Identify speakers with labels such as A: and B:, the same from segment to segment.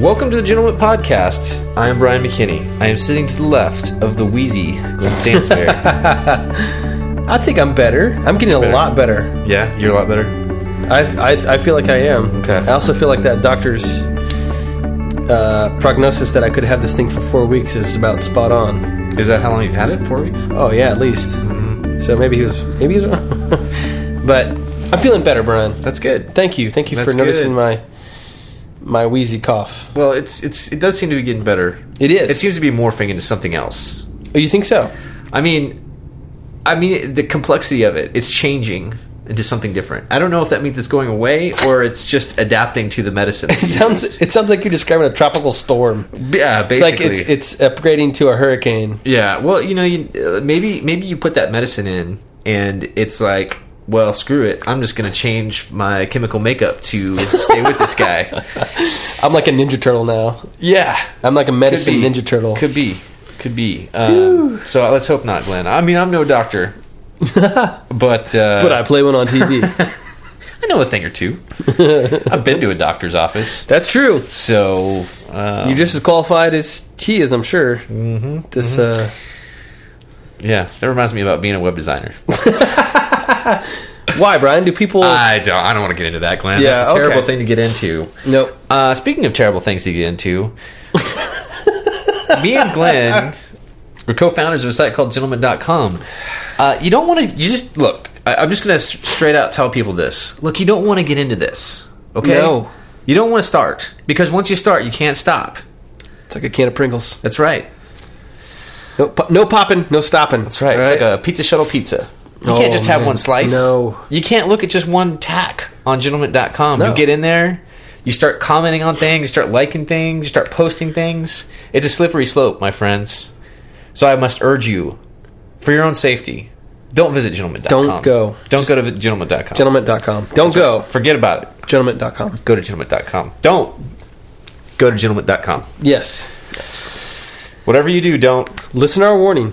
A: Welcome to the Gentleman Podcast. I am Brian McKinney. I am sitting to the left of the wheezy Glenn Stansberry.
B: I think I'm better. I'm getting a lot better.
A: yeah, you're a lot better.
B: I, I, I feel like I am.
A: Okay.
B: I also feel like that doctor's uh, prognosis that I could have this thing for four weeks is about spot on.
A: Is that how long you've had it? Four weeks?
B: Oh yeah, at least.
A: Mm-hmm.
B: So maybe he was maybe he was wrong. but I'm feeling better, Brian.
A: That's good.
B: Thank you. Thank you
A: That's
B: for noticing
A: good.
B: my my wheezy cough.
A: Well, it's it's it does seem to be getting better.
B: It is.
A: It seems to be morphing into something else.
B: Oh, you think so?
A: I mean, I mean the complexity of it. It's changing into something different. I don't know if that means it's going away or it's just adapting to the medicine.
B: It sounds it sounds like you're describing a tropical storm.
A: yeah,
B: It's like
A: basically.
B: it's it's upgrading to a hurricane.
A: Yeah, well, you know, you, uh, maybe maybe you put that medicine in, and it's like, well, screw it, I'm just gonna change my chemical makeup to stay with this guy.
B: I'm like a ninja turtle now.
A: Yeah,
B: I'm like a medicine
A: be.
B: ninja turtle.
A: could be, could be. Um, so let's hope not, Glenn. I mean, I'm no doctor, but uh,
B: But I play one on TV.
A: I know a thing or two. I've been to a doctor's office,
B: That's true.
A: so uh,
B: You're just as qualified as he is, I'm sure. Mm-hmm, this uh,
A: yeah. That reminds me about being a web designer.
B: why, Brian? Do people?
A: I don't, I don't want to get into that, Glenn.
B: Yeah,
A: That's a terrible
B: okay.
A: thing to get into.
B: nope.
A: Uh, speaking of terrible things to get into, me and Glenn were co-founders of a site called gentleman.com. Uh, you don't want to, you just, look, I, I'm just going to straight out tell people this. Look, you don't want to get into this, okay?
B: No.
A: You don't want to start, because once you start, you can't stop.
B: It's like a can of Pringles.
A: That's right.
B: No, po- no popping, no stopping.
A: That's right. It's like a pizza shuttle pizza. You
B: Oh,
A: can't just have
B: man.
A: one slice.
B: No.
A: You can't look at just one tack on gentleman.com. You
B: No.
A: get in there, you start commenting on things, you start liking things, you start posting things. It's a slippery slope, my friends. So I must urge you, for your own safety, don't visit gentleman.com.
B: Don't go.
A: Don't go to gentleman.com.
B: gentleman.com. Don't go.
A: Forget about it.
B: Gentleman.com.
A: Go to gentleman.com. Don't go to gentleman.com.
B: Yes.
A: Whatever you do, don't
B: Listen to our warning.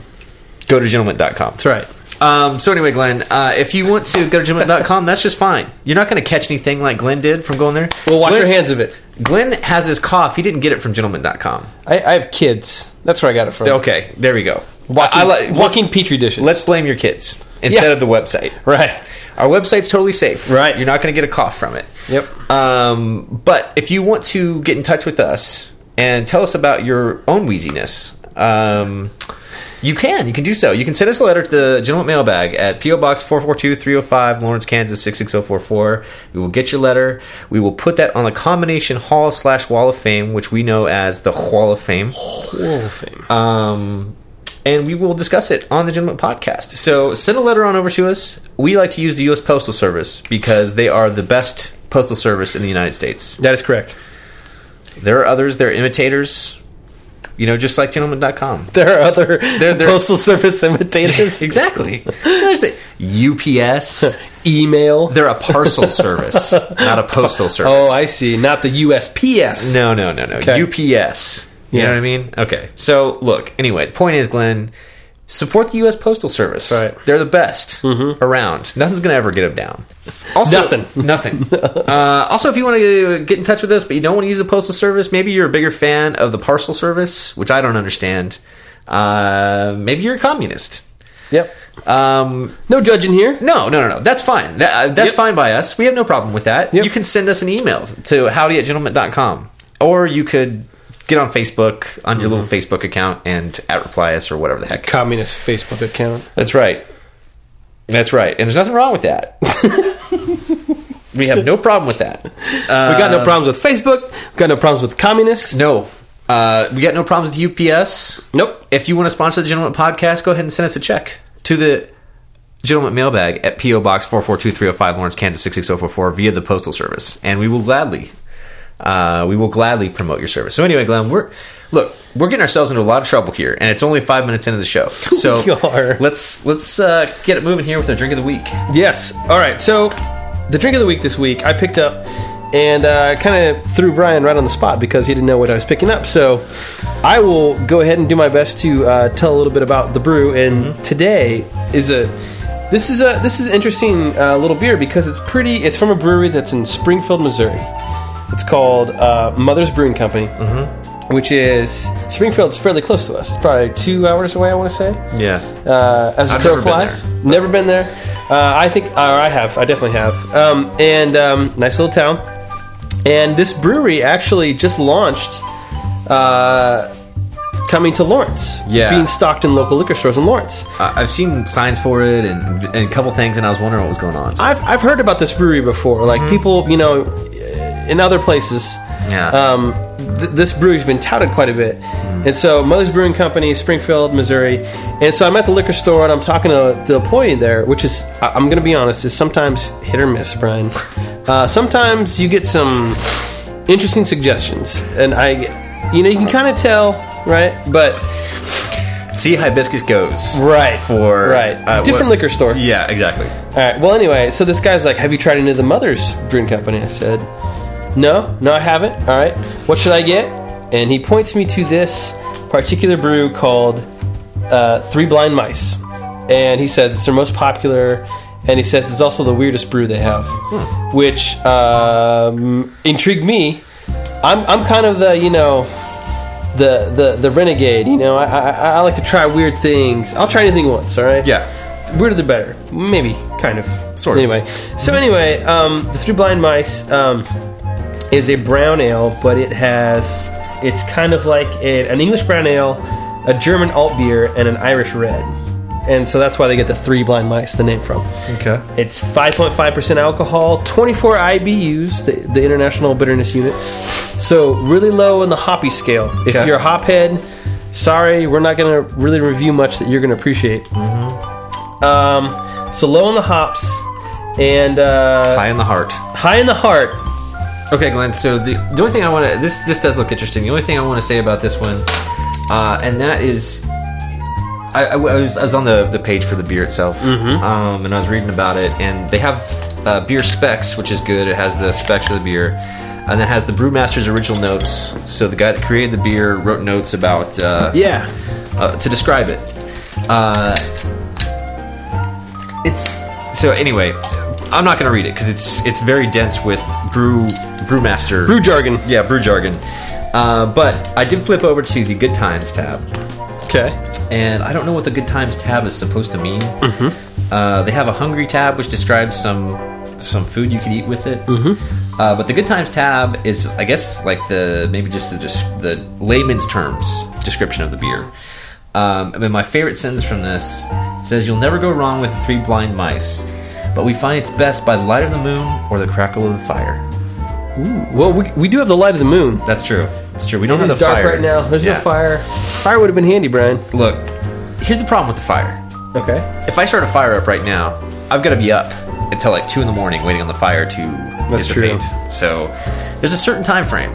A: go to gentleman.com.
B: That's right.
A: Um, so anyway, Glenn, uh, if you want to go to gentleman.com, that's just fine. You're not going to catch anything like Glenn did from going there.
B: Well, wash
A: Glenn,
B: your hands of it.
A: Glenn has his cough. He didn't get it from gentleman.com.
B: I, I have kids. That's where I got it from.
A: Okay, there we go.
B: Walking,
A: I- I like- let's-
B: walking petri dishes.
A: Let's blame your kids instead
B: Yeah.
A: of the website.
B: right.
A: Our website's totally safe.
B: Right.
A: You're not going to get a cough from it.
B: Yep.
A: Um, but if you want to get in touch with us and tell us about your own wheeziness, um, you can. You can do so. You can send us a letter to the Gentleman Mailbag at P.O. Box 442 305, Lawrence, Kansas 66044. We will get your letter. We will put that on the Combination Hall slash Wall of Fame, which we know as the Hall of Fame.
B: Wall fame.
A: Um, and we will discuss it on the Gentleman Podcast. So send a letter on over to us. We like to use the U.S. Postal Service because they are the best postal service in the United States.
B: that is correct.
A: There are others, they're imitators, you know, just like gentleman.com.
B: There are other
A: they're-
B: postal service imitators.
A: Exactly. There's the UPS.
B: Email.
A: They're a parcel service, not a postal service.
B: Oh, I see. Not the USPS.
A: No, no, no, no. UPS. You
B: Yeah.
A: know what I mean? Okay. So, look, anyway, the point is, Glenn, support the U.S. Postal Service.
B: Right. Mm-hmm.
A: They're the best around. Nothing's going to ever get them down. Also,
B: Nothing.
A: Nothing. uh, also, if you want to get in touch with us, but you don't want to use the Postal Service, maybe you're a bigger fan of the Parcel Service, which I don't understand. Uh, maybe you're a communist.
B: Yep.
A: Um,
B: No judging here.
A: no, no, no, no. That's fine. That, uh, that's fine by us. We have no problem with that.
B: Yep.
A: You can send us an email to howdy at gentleman.com. Or you could get on Facebook, on your little Facebook account, and at reply us or whatever the heck.
B: Communist Facebook account.
A: That's right. That's right. And there's nothing wrong with that. we have no problem with that. Uh,
B: We got no problems with Facebook. We got no problems with communists.
A: no. Uh, we got no problems with UPS.
B: Nope.
A: If you want to sponsor the Gentleman Podcast, go ahead and send us a check to the Gentleman Mailbag at P.O. Box 442305 Lawrence, Kansas 66044 via the Postal Service. And we will gladly, uh, we will gladly promote your service. So anyway, Glenn, we're, Look, we're getting ourselves into a lot of trouble here, and it's only five minutes into the show. So
B: We are.
A: let's let's uh, get it moving here with our drink of the week.
B: Yes. All right. So, the drink of the week this week I picked up and uh, kind of threw Brian right on the spot because he didn't know what I was picking up. So, I will go ahead and do my best to uh, tell a little bit about the brew. And today is a this is a this is interesting uh, little beer because it's pretty. It's from a brewery that's in Springfield, Missouri. It's called uh, Mother's Brewing Company. Which is Springfield's fairly close to us. It's probably two hours away, I want to say
A: Yeah.
B: uh, as a
A: I've
B: crow
A: never been
B: flies. never been there. Uh, I think, or I have. I definitely have. Um, and um, nice little town. And this brewery actually just launched, uh, coming to Lawrence.
A: Yeah.
B: being stocked in local liquor stores in Lawrence.
A: I- I've seen signs for it and, and a couple things, and I was wondering what was going on. So-
B: I've I've heard about this brewery before. Like people, you know, in other places.
A: Mm-hmm. Yeah.
B: Um, th- this brewery's been touted quite a bit, and so Mother's Brewing Company, Springfield, Missouri, and so I'm at the liquor store and I'm talking to the employee there, which is I- I'm going to be honest is sometimes hit or miss, Brian. Uh, sometimes you get some interesting suggestions, and I, you know, you can kind of tell, right? But
A: See hibiscus goes.
B: right
A: For
B: right
A: uh,
B: different
A: what-
B: liquor store,
A: Yeah, exactly.
B: all right. Well, anyway, so this guy's like, "Have you tried any of the Mother's Brewing Company?" I said, "No, no, I haven't." All right. What should I get? And he points me to this particular brew called uh, Three Blind Mice, and he says it's their most popular, and he says it's also the weirdest brew they have, which um, intrigued me. I'm I'm kind of the you know the the the renegade. You know, I, I I like to try weird things. I'll try anything once. All right.
A: Yeah.
B: Weirder the better. Maybe. Kind of.
A: Sort of.
B: Anyway. So anyway, um, the three blind mice um, is a brown ale, but it has it's kind of like a, an English brown ale, a German alt beer, and an Irish red. And so that's why they get the three blind mice the name from.
A: Okay.
B: It's 5.5% alcohol, 24 IBUs, the, the international bitterness units. So really low on the hoppy scale. If
A: Okay.
B: you're a hophead, sorry, we're not going to really review much that you're going to appreciate.
A: Mm-hmm.
B: Um, so low on the hops and uh,
A: High in the heart.
B: high in the heart.
A: Okay, Glenn. So the, the only thing I want to this this does look interesting. The only thing I want to say about this one, uh, and that is, I, I was, I was on the, the page for the beer itself, um, and I was reading about it, and they have uh, beer specs, which is good. It has the specs of the beer, and it has the brewmaster's original notes. So the guy that created the beer wrote notes about uh,
B: Yeah.
A: uh, to describe it. Uh, it's so anyway. I'm not going to read it because it's it's very dense with brew brewmaster
B: Brew jargon.
A: yeah brew jargon. Uh, but I did flip over to the Good Times tab,
B: Okay.
A: and I don't know what the Good Times tab is supposed to mean.
B: Mm-hmm.
A: Uh, they have a Hungry tab which describes some some food you could eat with it.
B: Mm-hmm.
A: Uh, but the Good Times tab is, I guess, like the maybe just the just the layman's terms description of the beer. Um, I mean, my favorite sentence from this says, "You'll never go wrong with three blind mice, but we find it's best by the light of the moon or the crackle of the fire."
B: Well, we, we do have the light of the moon.
A: That's true. That's true. We don't
B: It's
A: have the
B: dark
A: fire
B: right now. There's
A: Yeah.
B: no fire. Fire would have been handy, Brian.
A: Look, here's the problem with the fire.
B: Okay.
A: If I start a fire up right now, I've got to be up until like two in the morning waiting on the fire to
B: That's
A: dissipate.
B: true.
A: So there's a certain time frame.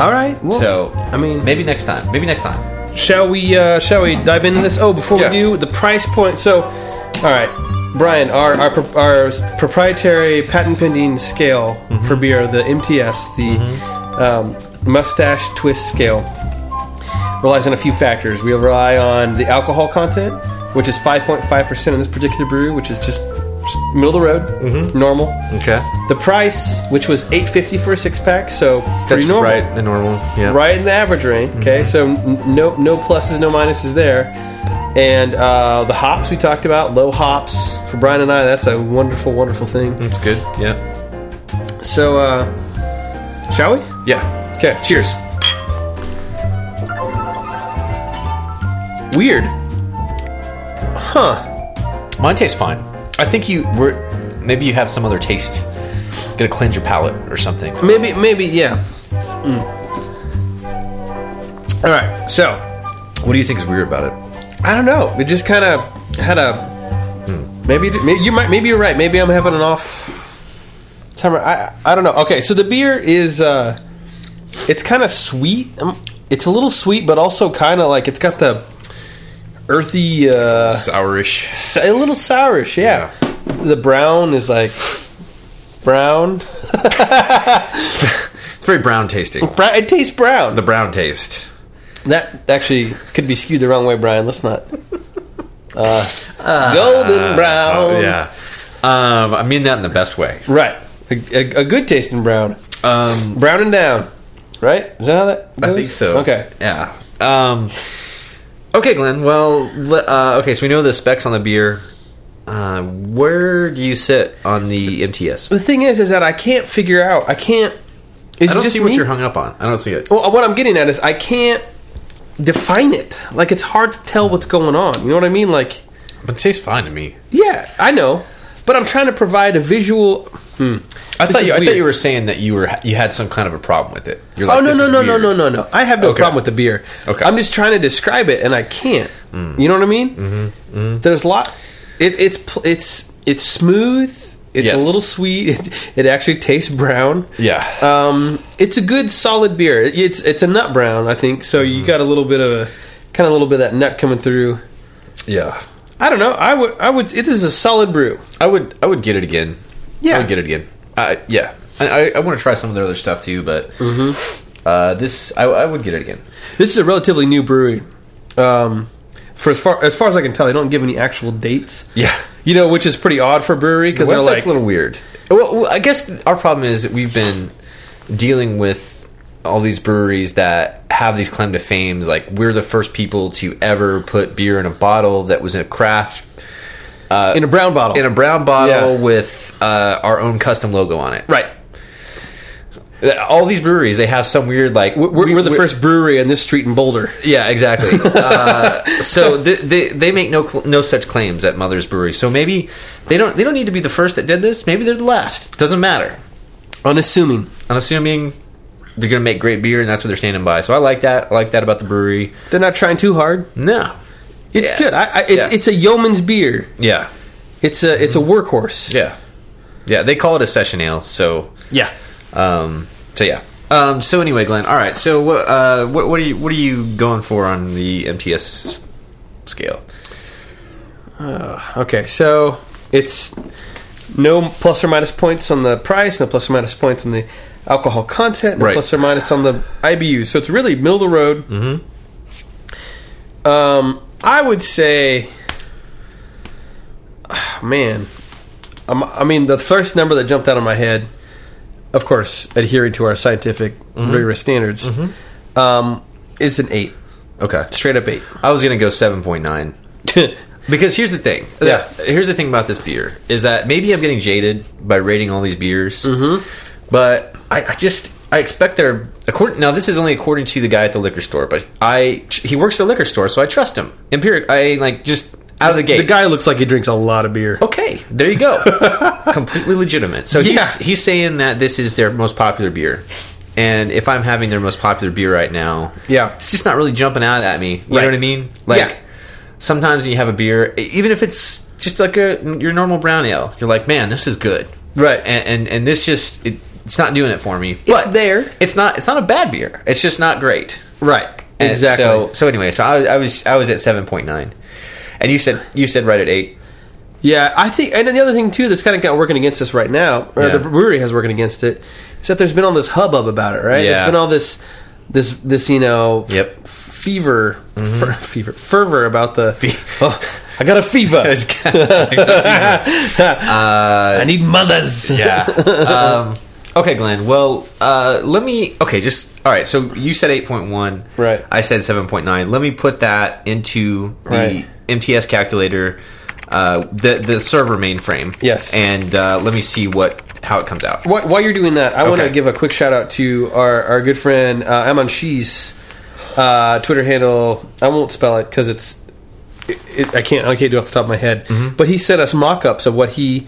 B: All right. Well,
A: So
B: I mean,
A: maybe next time. Maybe next time.
B: Shall we? Uh, shall we dive into this? Oh, before
A: Yeah.
B: we do, the price point. So, all right, Brian, our our, pro- our proprietary patent pending scale
A: Mm-hmm.
B: for beer, the MTS, the um, mustache twist scale, relies on a few factors. We rely on the alcohol content, which is five point five percent in this particular brew, which is just middle of the road,
A: Mm-hmm.
B: normal.
A: Okay.
B: The price, which was eight fifty for a six pack, so pretty
A: That's
B: normal
A: right. The normal. Yeah.
B: right in the average range. Okay, so n- no no pluses, no minuses there. And uh, the hops we talked about, low hops for Brian and I. That's a wonderful, wonderful thing.
A: It's good. Yeah.
B: So, uh, shall we?
A: Yeah.
B: Okay,
A: Cheers.
B: Weird, huh?
A: Mine tastes fine. I think you were maybe you have some other taste. Gonna cleanse your palate or something.
B: Maybe, maybe, yeah. Mm. All right, so
A: What do you think is weird about it?
B: I don't know. It just kind of had a hmm. maybe, maybe you might maybe you're right. Maybe I'm having an off timer. I I don't know. Okay, so the beer is uh, it's kind of sweet. Um, it's a little sweet, but also kind of like it's got the earthy, uh,
A: Sourish.
B: s- a little sourish. Yeah. the brown is like brown.
A: It's very brown tasting.
B: Bra- It tastes brown.
A: The brown taste.
B: that actually could be skewed the wrong way, Brian. Let's not. Uh, golden brown.
A: Oh, yeah. Um, I mean that in the best way.
B: Right. A, a, a good tasting brown.
A: Um,
B: Brown and down. Right? Is that how that
A: I
B: goes?
A: think so.
B: Okay.
A: Yeah. Um, okay, Glenn. Well, le- uh, okay. So we know the specs on the beer. Uh, where do you sit on the MTS?
B: The thing is, is that I can't figure out. I can't. Is
A: I
B: it
A: don't
B: just
A: see what
B: me? Oh.
A: you're hung up on. I don't see it.
B: Well, what I'm getting at is I can't define it. Like it's hard to tell what's going on. You know what I mean? Like,
A: But it tastes fine to me.
B: yeah, I know, but I'm trying to provide a visual. hmm.
A: I thought
B: is
A: you, I thought
B: weird.
A: you were saying that you were you had some kind of a problem with it. You're like,
B: oh no
A: "This
B: no
A: is
B: no no
A: weird."
B: no no no! I have no
A: Okay.
B: problem with the beer.
A: Okay. Mm.
B: I'm just trying to describe it, and I can't. You know what I mean?
A: Mm-hmm.
B: There's a lot. It, it's pl- it's it's smooth. It's
A: Yes.
B: a little sweet. It, it actually tastes brown.
A: Yeah.
B: Um, it's a good solid beer. It- It's it's a nut brown, I think. So you
A: Mm-hmm.
B: got a little bit of a kind of a little bit of that nut coming through.
A: yeah.
B: I don't know. I would I would. It is a solid brew.
A: I would I would get it again.
B: Yeah.
A: I would get it again. I yeah. I, I, I want to try some of their other stuff too, but
B: Mm-hmm.
A: uh, this I, I would get it again.
B: This is a relatively new brewery. Um, for as far as far as I can tell, they don't give any actual dates.
A: Yeah.
B: You know, which is pretty odd for a brewery
A: The
B: because they're
A: website's
B: like
A: a little weird. Well, well, I guess our problem is that we've been dealing with all these breweries that have these claim to fames. Like we're the first people to ever put beer in a bottle that was in a craft
B: uh, in a brown bottle.
A: in a brown bottle
B: Yeah.
A: with uh, our own custom logo on it.
B: right.
A: All these breweries they have some weird like
B: We're, we're, the first brewery on this street in Boulder.
A: Yeah, exactly. uh, so th they they make no cl- no such claims at Mother's Brewery. So maybe they don't they don't need to be the first that did this. Maybe they're the last. Doesn't matter.
B: Unassuming.
A: I'm assuming they're gonna make great beer, and that's what they're standing by. So I like that. I like that about the brewery.
B: They're not trying too hard.
A: No.
B: It's
A: Yeah.
B: good. I, I, it's
A: Yeah.
B: it's a yeoman's beer.
A: Yeah.
B: It's a it's a workhorse.
A: Yeah. Yeah. They call it a session ale. So
B: Yeah.
A: um. So yeah. Um. So anyway, Glenn. All right. So what uh what what are you what are you going for on the MTS scale?
B: Okay. So it's no plus or minus points on the price, no plus or minus points on the alcohol content, no
A: Right.
B: plus or minus on the IBU. So it's really middle of the road. Mm-hmm.
A: Mm-hmm.
B: Um, I would say, ah, man, um, I mean, the first number that jumped out of my head, of course, adhering to our scientific
A: Mm-hmm.
B: rigorous standards, um, is an eight,
A: Okay.
B: straight up eight.
A: I was gonna go seven point nine. Because here's the thing.
B: Yeah.
A: Here's the thing about this beer is that maybe I'm getting jaded by rating all these beers, mm-hmm. but I, I just I expect they're according. Now this is only according to the guy at the liquor store, but I he works at a liquor store, so I trust him. Empiric. I like just out of the gate.
B: the guy looks like he drinks a lot of beer.
A: Okay, there you go. Completely legitimate. So he's
B: Yeah.
A: he's saying that this is their most popular beer, and if I'm having their most popular beer right now,
B: Yeah.
A: it's just not really jumping out at me. You
B: Right.
A: know what I mean? Like
B: Yeah.
A: sometimes when you have a beer, e- even if it's just like a your normal brown ale, you're like, man, this is good,
B: Right.
A: And and, and this just it, it's not doing it for me.
B: It's there.
A: It's not. It's not a bad beer. It's just not great.
B: Right.
A: And
B: Exactly.
A: So, so anyway, so I, I was I was at seven point nine, and you said you said right at eight.
B: Yeah, I think, and the other thing too that's kind of got working against us right now, or
A: Yeah.
B: the brewery has working against it, is that there's been all this hubbub about it, right?
A: Yeah.
B: There's been all this, this, this, you know,
A: Yep. Mm-hmm.
B: f- fever, fer- fever, fervor about the. oh, I got a fever. I need mothers.
A: Yeah. um, okay, Glenn. Well, uh, let me. Okay, just all right. So you said eight point one.
B: Right.
A: I said seven point nine. Let me put that into the
B: Right.
A: MTS calculator, uh, the the server mainframe.
B: Yes.
A: And uh, let me see what how it comes out.
B: While, while you're doing that, I want to
A: Okay.
B: give a quick shout out to our, our good friend uh, Amon Shees, uh, Twitter handle. I won't spell it because it's it, it, I can't I can't do it off the top of my head.
A: Mm-hmm.
B: But he sent us mock-ups of what he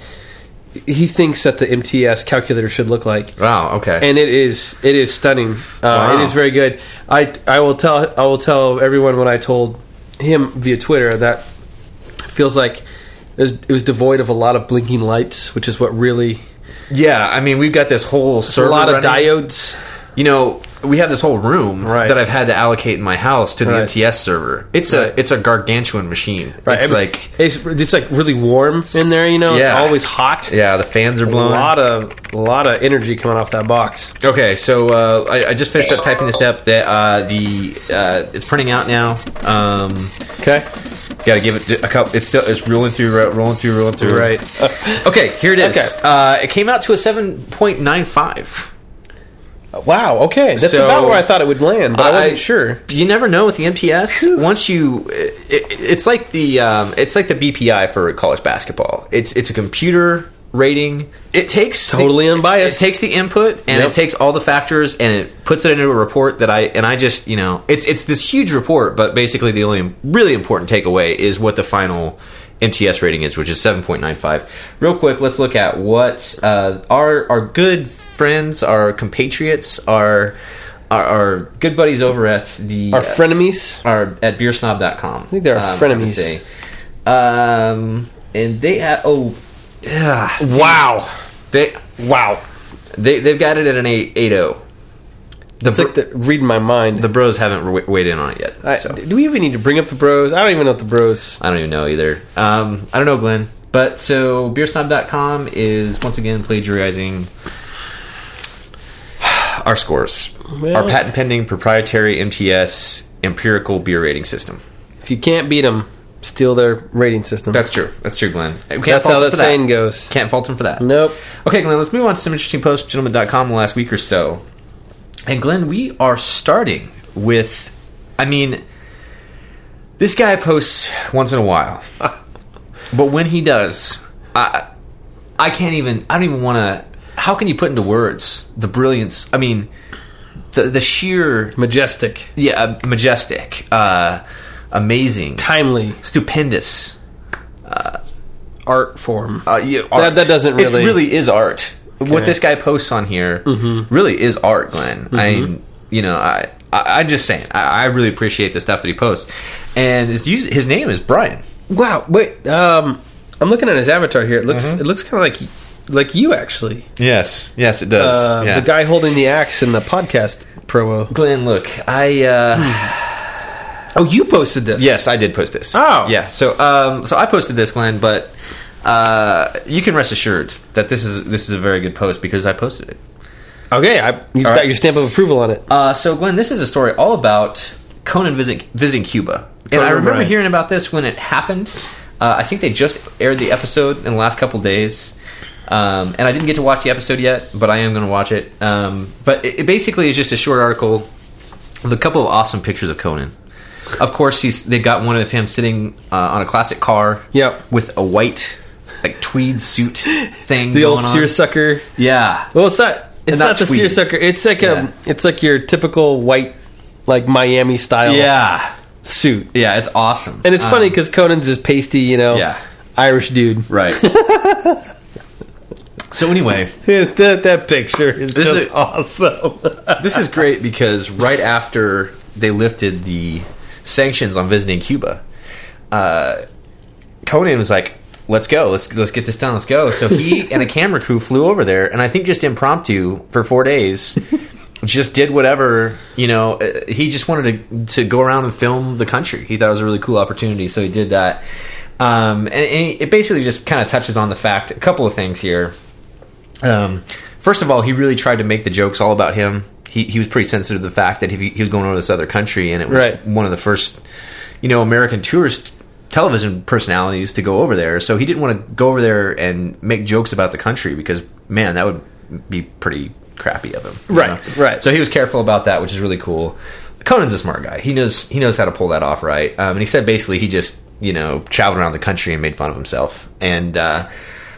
B: he thinks that the MTS calculator should look like.
A: Wow. Okay.
B: And it is it is stunning. Uh,
A: Wow.
B: It is very good. I I will tell I will tell everyone what I told him via Twitter that feels like it was, it was devoid of a lot of blinking lights, which is what really
A: yeah. I mean, we've got this whole
B: a
A: server.
B: lot of
A: running.
B: diodes.
A: You know, we have this whole room
B: Right.
A: that I've had to allocate in my house to the
B: Right.
A: MTS server. It's
B: Right.
A: a it's a gargantuan machine.
B: Right,
A: It's
B: every-
A: like
B: it's, it's like really warm in there. You know,
A: Yeah.
B: it's always hot.
A: yeah, the fans are
B: a
A: blowing.
B: lot of a lot of energy coming off that box.
A: Okay, so uh, I, I just finished up typing this up. That uh, the uh, it's printing out now. Um,
B: Okay,
A: gotta give it a couple. It's still it's rolling through, ro- rolling through, rolling through.
B: right.
A: Okay, here it is.
B: Okay.
A: Uh, it came out to a seven point nine five.
B: wow. Okay, that's
A: So-
B: about where I thought it would land, but I,
A: I-
B: wasn't sure.
A: You never know with the MTS. Once you, it, it- it's like the um, it's like the BPI for college basketball. It's it's a computer rating. It takes the-
B: Totally unbiased.
A: It takes the input and
B: Yep.
A: it takes all the factors and it puts it into a report that I and I just you know it's it's this huge report. But basically, the only really important takeaway is what the final. MTS rating is, which is seven point nine five. Real quick, let's look at what uh, our our good friends, our compatriots, our our, our good buddies over at the uh,
B: Our frenemies.
A: are at beersnob.com. I
B: think they're our frenemies.
A: Um, and they ha oh yeah
B: Wow.
A: they
B: Wow.
A: they they've got it at an eight eight zero. The
B: It's like
A: bro-
B: the, reading my mind.
A: the bros haven't re- weighed in on it yet.
B: I,
A: so.
B: Do we even need to bring up the bros? I don't even know what the bros.
A: I don't even know either. Um, I don't know, Glenn. But so beersnob.com is once again plagiarizing our scores,
B: Well-
A: our patent pending proprietary MTS empirical beer rating system.
B: If you can't beat them, steal their rating system.
A: That's true. That's true, Glenn. We can't
B: That's
A: fault
B: how
A: him
B: that
A: for
B: saying goes.
A: Can't fault him for that.
B: Nope.
A: Okay, Glenn, let's move on to some interesting posts from gentleman.com in the last week or so. And Glenn, we are starting with I mean this guy posts once in a while. but when he does, I I can't even I don't even want to how can you put into words the brilliance? I mean the the sheer
B: Majestic,
A: yeah, uh, majestic, uh amazing,
B: timely
A: stupendous
B: art form.
A: uh, yeah, art.
B: that doesn't really-
A: It really is art. What this guy posts on here
B: Mm-hmm.
A: really is art, Glenn. I, you know, I, I, I'm just saying. I, I really appreciate the stuff that he posts, and his us- his name is Brian.
B: wow. Wait. Um, I'm looking at his avatar here. It looks.
A: Mm-hmm.
B: It looks kind of like like you actually.
A: Yes, yes, it does.
B: Uh, The guy holding the axe in the podcast promo.
A: Glenn. Look, I. Uh,
B: Oh, you posted this.
A: yes, I did post this.
B: Oh.
A: yeah. So, um, so I posted this, Glenn, but. Uh, you can rest assured that this is this is a very good post because I posted it.
B: Okay. I, you've got
A: right.
B: your stamp of approval on it.
A: Uh, so, Glenn, this is a story all about Conan visit, visiting Cuba. And I
B: Conan
A: remember
B: O'Brien.
A: hearing about this when it happened. Uh, I think they just aired the episode in the last couple days. Um, and I didn't get to watch the episode yet, but I am going to watch it. Um, but it, it basically is just a short article with a couple of awesome pictures of Conan. Of course, he's, they've got one of him sitting uh, on a classic car
B: Yep.
A: with a white like tweed suit thing.
B: the old Oh,
A: going on.
B: seersucker.
A: Yeah.
B: Well, it's not. It's
A: not
B: not, the
A: tweed.
B: seersucker. It's like
A: Yeah.
B: a. It's like your typical white, like Miami style
A: Yeah.
B: suit.
A: Yeah, it's awesome. Um,
B: And it's funny because Conan's is pasty, you know,
A: Yeah.
B: Irish dude.
A: Right. so anyway,
B: that that picture is
A: This
B: just
A: is-
B: awesome.
A: this is great because right after they lifted the sanctions on visiting Cuba, uh, Conan was like, "Let's go. Let's let's get this done. Let's go." So he and a camera crew flew over there, and I think just impromptu for four days. Just did whatever you know. uh, He just wanted to to go around and film the country. He thought it was a really cool opportunity, so he did that. Um, and, and it basically just kind of touches on the fact a couple of things here. Um, first of all, he really tried to make the jokes all about him. He, he was pretty sensitive to the fact that he, he was going over to this other country, and it was
B: Right.
A: one of the first, you know, American tourist television personalities to go over there. So he didn't want to go over there and make jokes about the country because, man, that would be pretty crappy of him. you
B: Right, right.
A: So he was careful about that, which is really cool. Conan's a smart guy. He knows he knows how to pull that off right. Um, and he said basically he just you know traveled around the country and made fun of himself. And uh,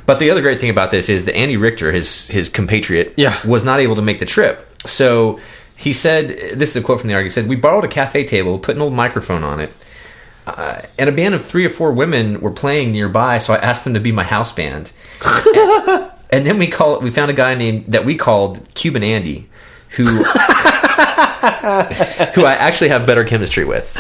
A: but the other great thing about this is that Andy Richter, his his compatriot,
B: Yeah.
A: was not able to make the trip. So he said, "This is a quote from the article." He said, "We borrowed a cafe table, put an old microphone on it, uh, and a band of three or four women were playing nearby. So I asked them to be my house band, and, and then we call we found a guy named that we called Cuban Andy, who who I actually have better chemistry with."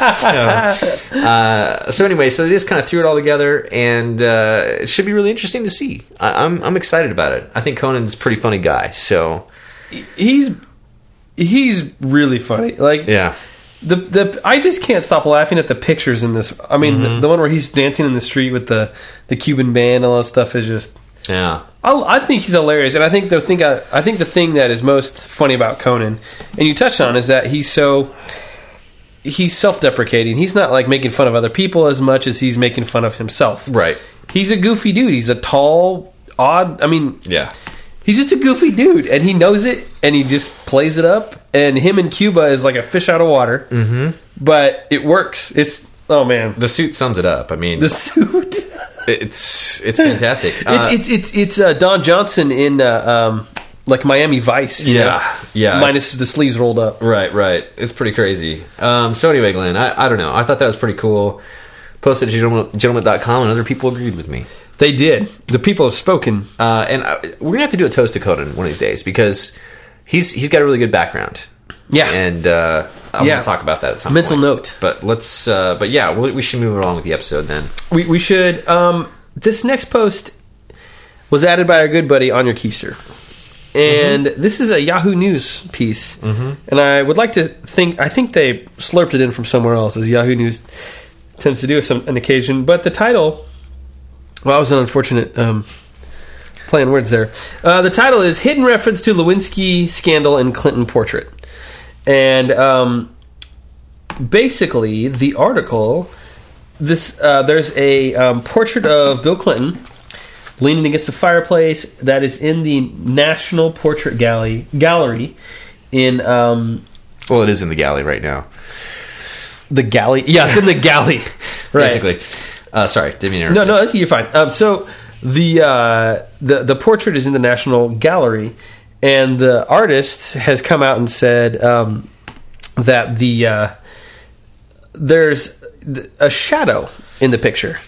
A: uh, so anyway, so they just kind of threw it all together, and uh, it should be really interesting to see. I, I'm I'm excited about it. I think Conan's a pretty funny guy. So
B: He's he's really funny. Like
A: Yeah.
B: the the I just can't stop laughing at the pictures in this. I mean, the, the one where he's dancing in the street with the the Cuban band and all that stuff is just.
A: Yeah.
B: I, I think he's hilarious, and I think the thing I, I think the thing that is most funny about Conan, and you touched on, is that he's so he's self-deprecating. He's not like making fun of other people as much as he's making fun of himself.
A: Right.
B: He's a goofy dude. He's a tall, odd. I mean,
A: Yeah.
B: he's just a goofy dude, and he knows it, and he just plays it up. And him in Cuba is like a fish out of water. Mm-hmm. But it works. It's oh man,
A: The suit sums it up. I mean,
B: the suit.
A: it's it's fantastic. Uh,
B: it's it's it's, it's uh, Don Johnson in uh, um, like Miami Vice. you
A: Yeah.
B: know?
A: Yeah,
B: Minus
A: it's-
B: the sleeves rolled up.
A: Right, right. It's pretty crazy. Um, so anyway, Glenn, I, I don't know. I thought that was pretty cool. Posted to gentleman- gentleman.com and other people agreed with me.
B: They did. The people have spoken.
A: Uh, and I, we're gonna have to do a toast to Conan one of these days because he's he's got a really good background.
B: Yeah.
A: and uh, I
B: Yeah.
A: want to talk about that. At some
B: Mental
A: point.
B: note.
A: But let's. Uh, but yeah, we, we should move along with the episode then.
B: We we should. Um, this next post was added by our good buddy on your keister. And this is a Yahoo News piece, and I would like to think I think they slurped it in from somewhere else, as Yahoo News tends to do some an occasion. But the title, well, that was an unfortunate um, playing words there. Uh, the title is hidden reference to Lewinsky scandal and Clinton portrait, and um, basically the article this uh, there's a um, portrait of Bill Clinton leaning against a fireplace that is in the National Portrait Gallery gallery in um,
A: Well, it is in the galley right now,
B: the galley. Yeah, it's in the galley. right.
A: basically. Uh, sorry, didn't mean to
B: No,
A: interrupt.
B: no, that's, you're fine. Um, so the uh, the the portrait is in the National Gallery, and the artist has come out and said um, that the uh, there's th- a shadow in the picture,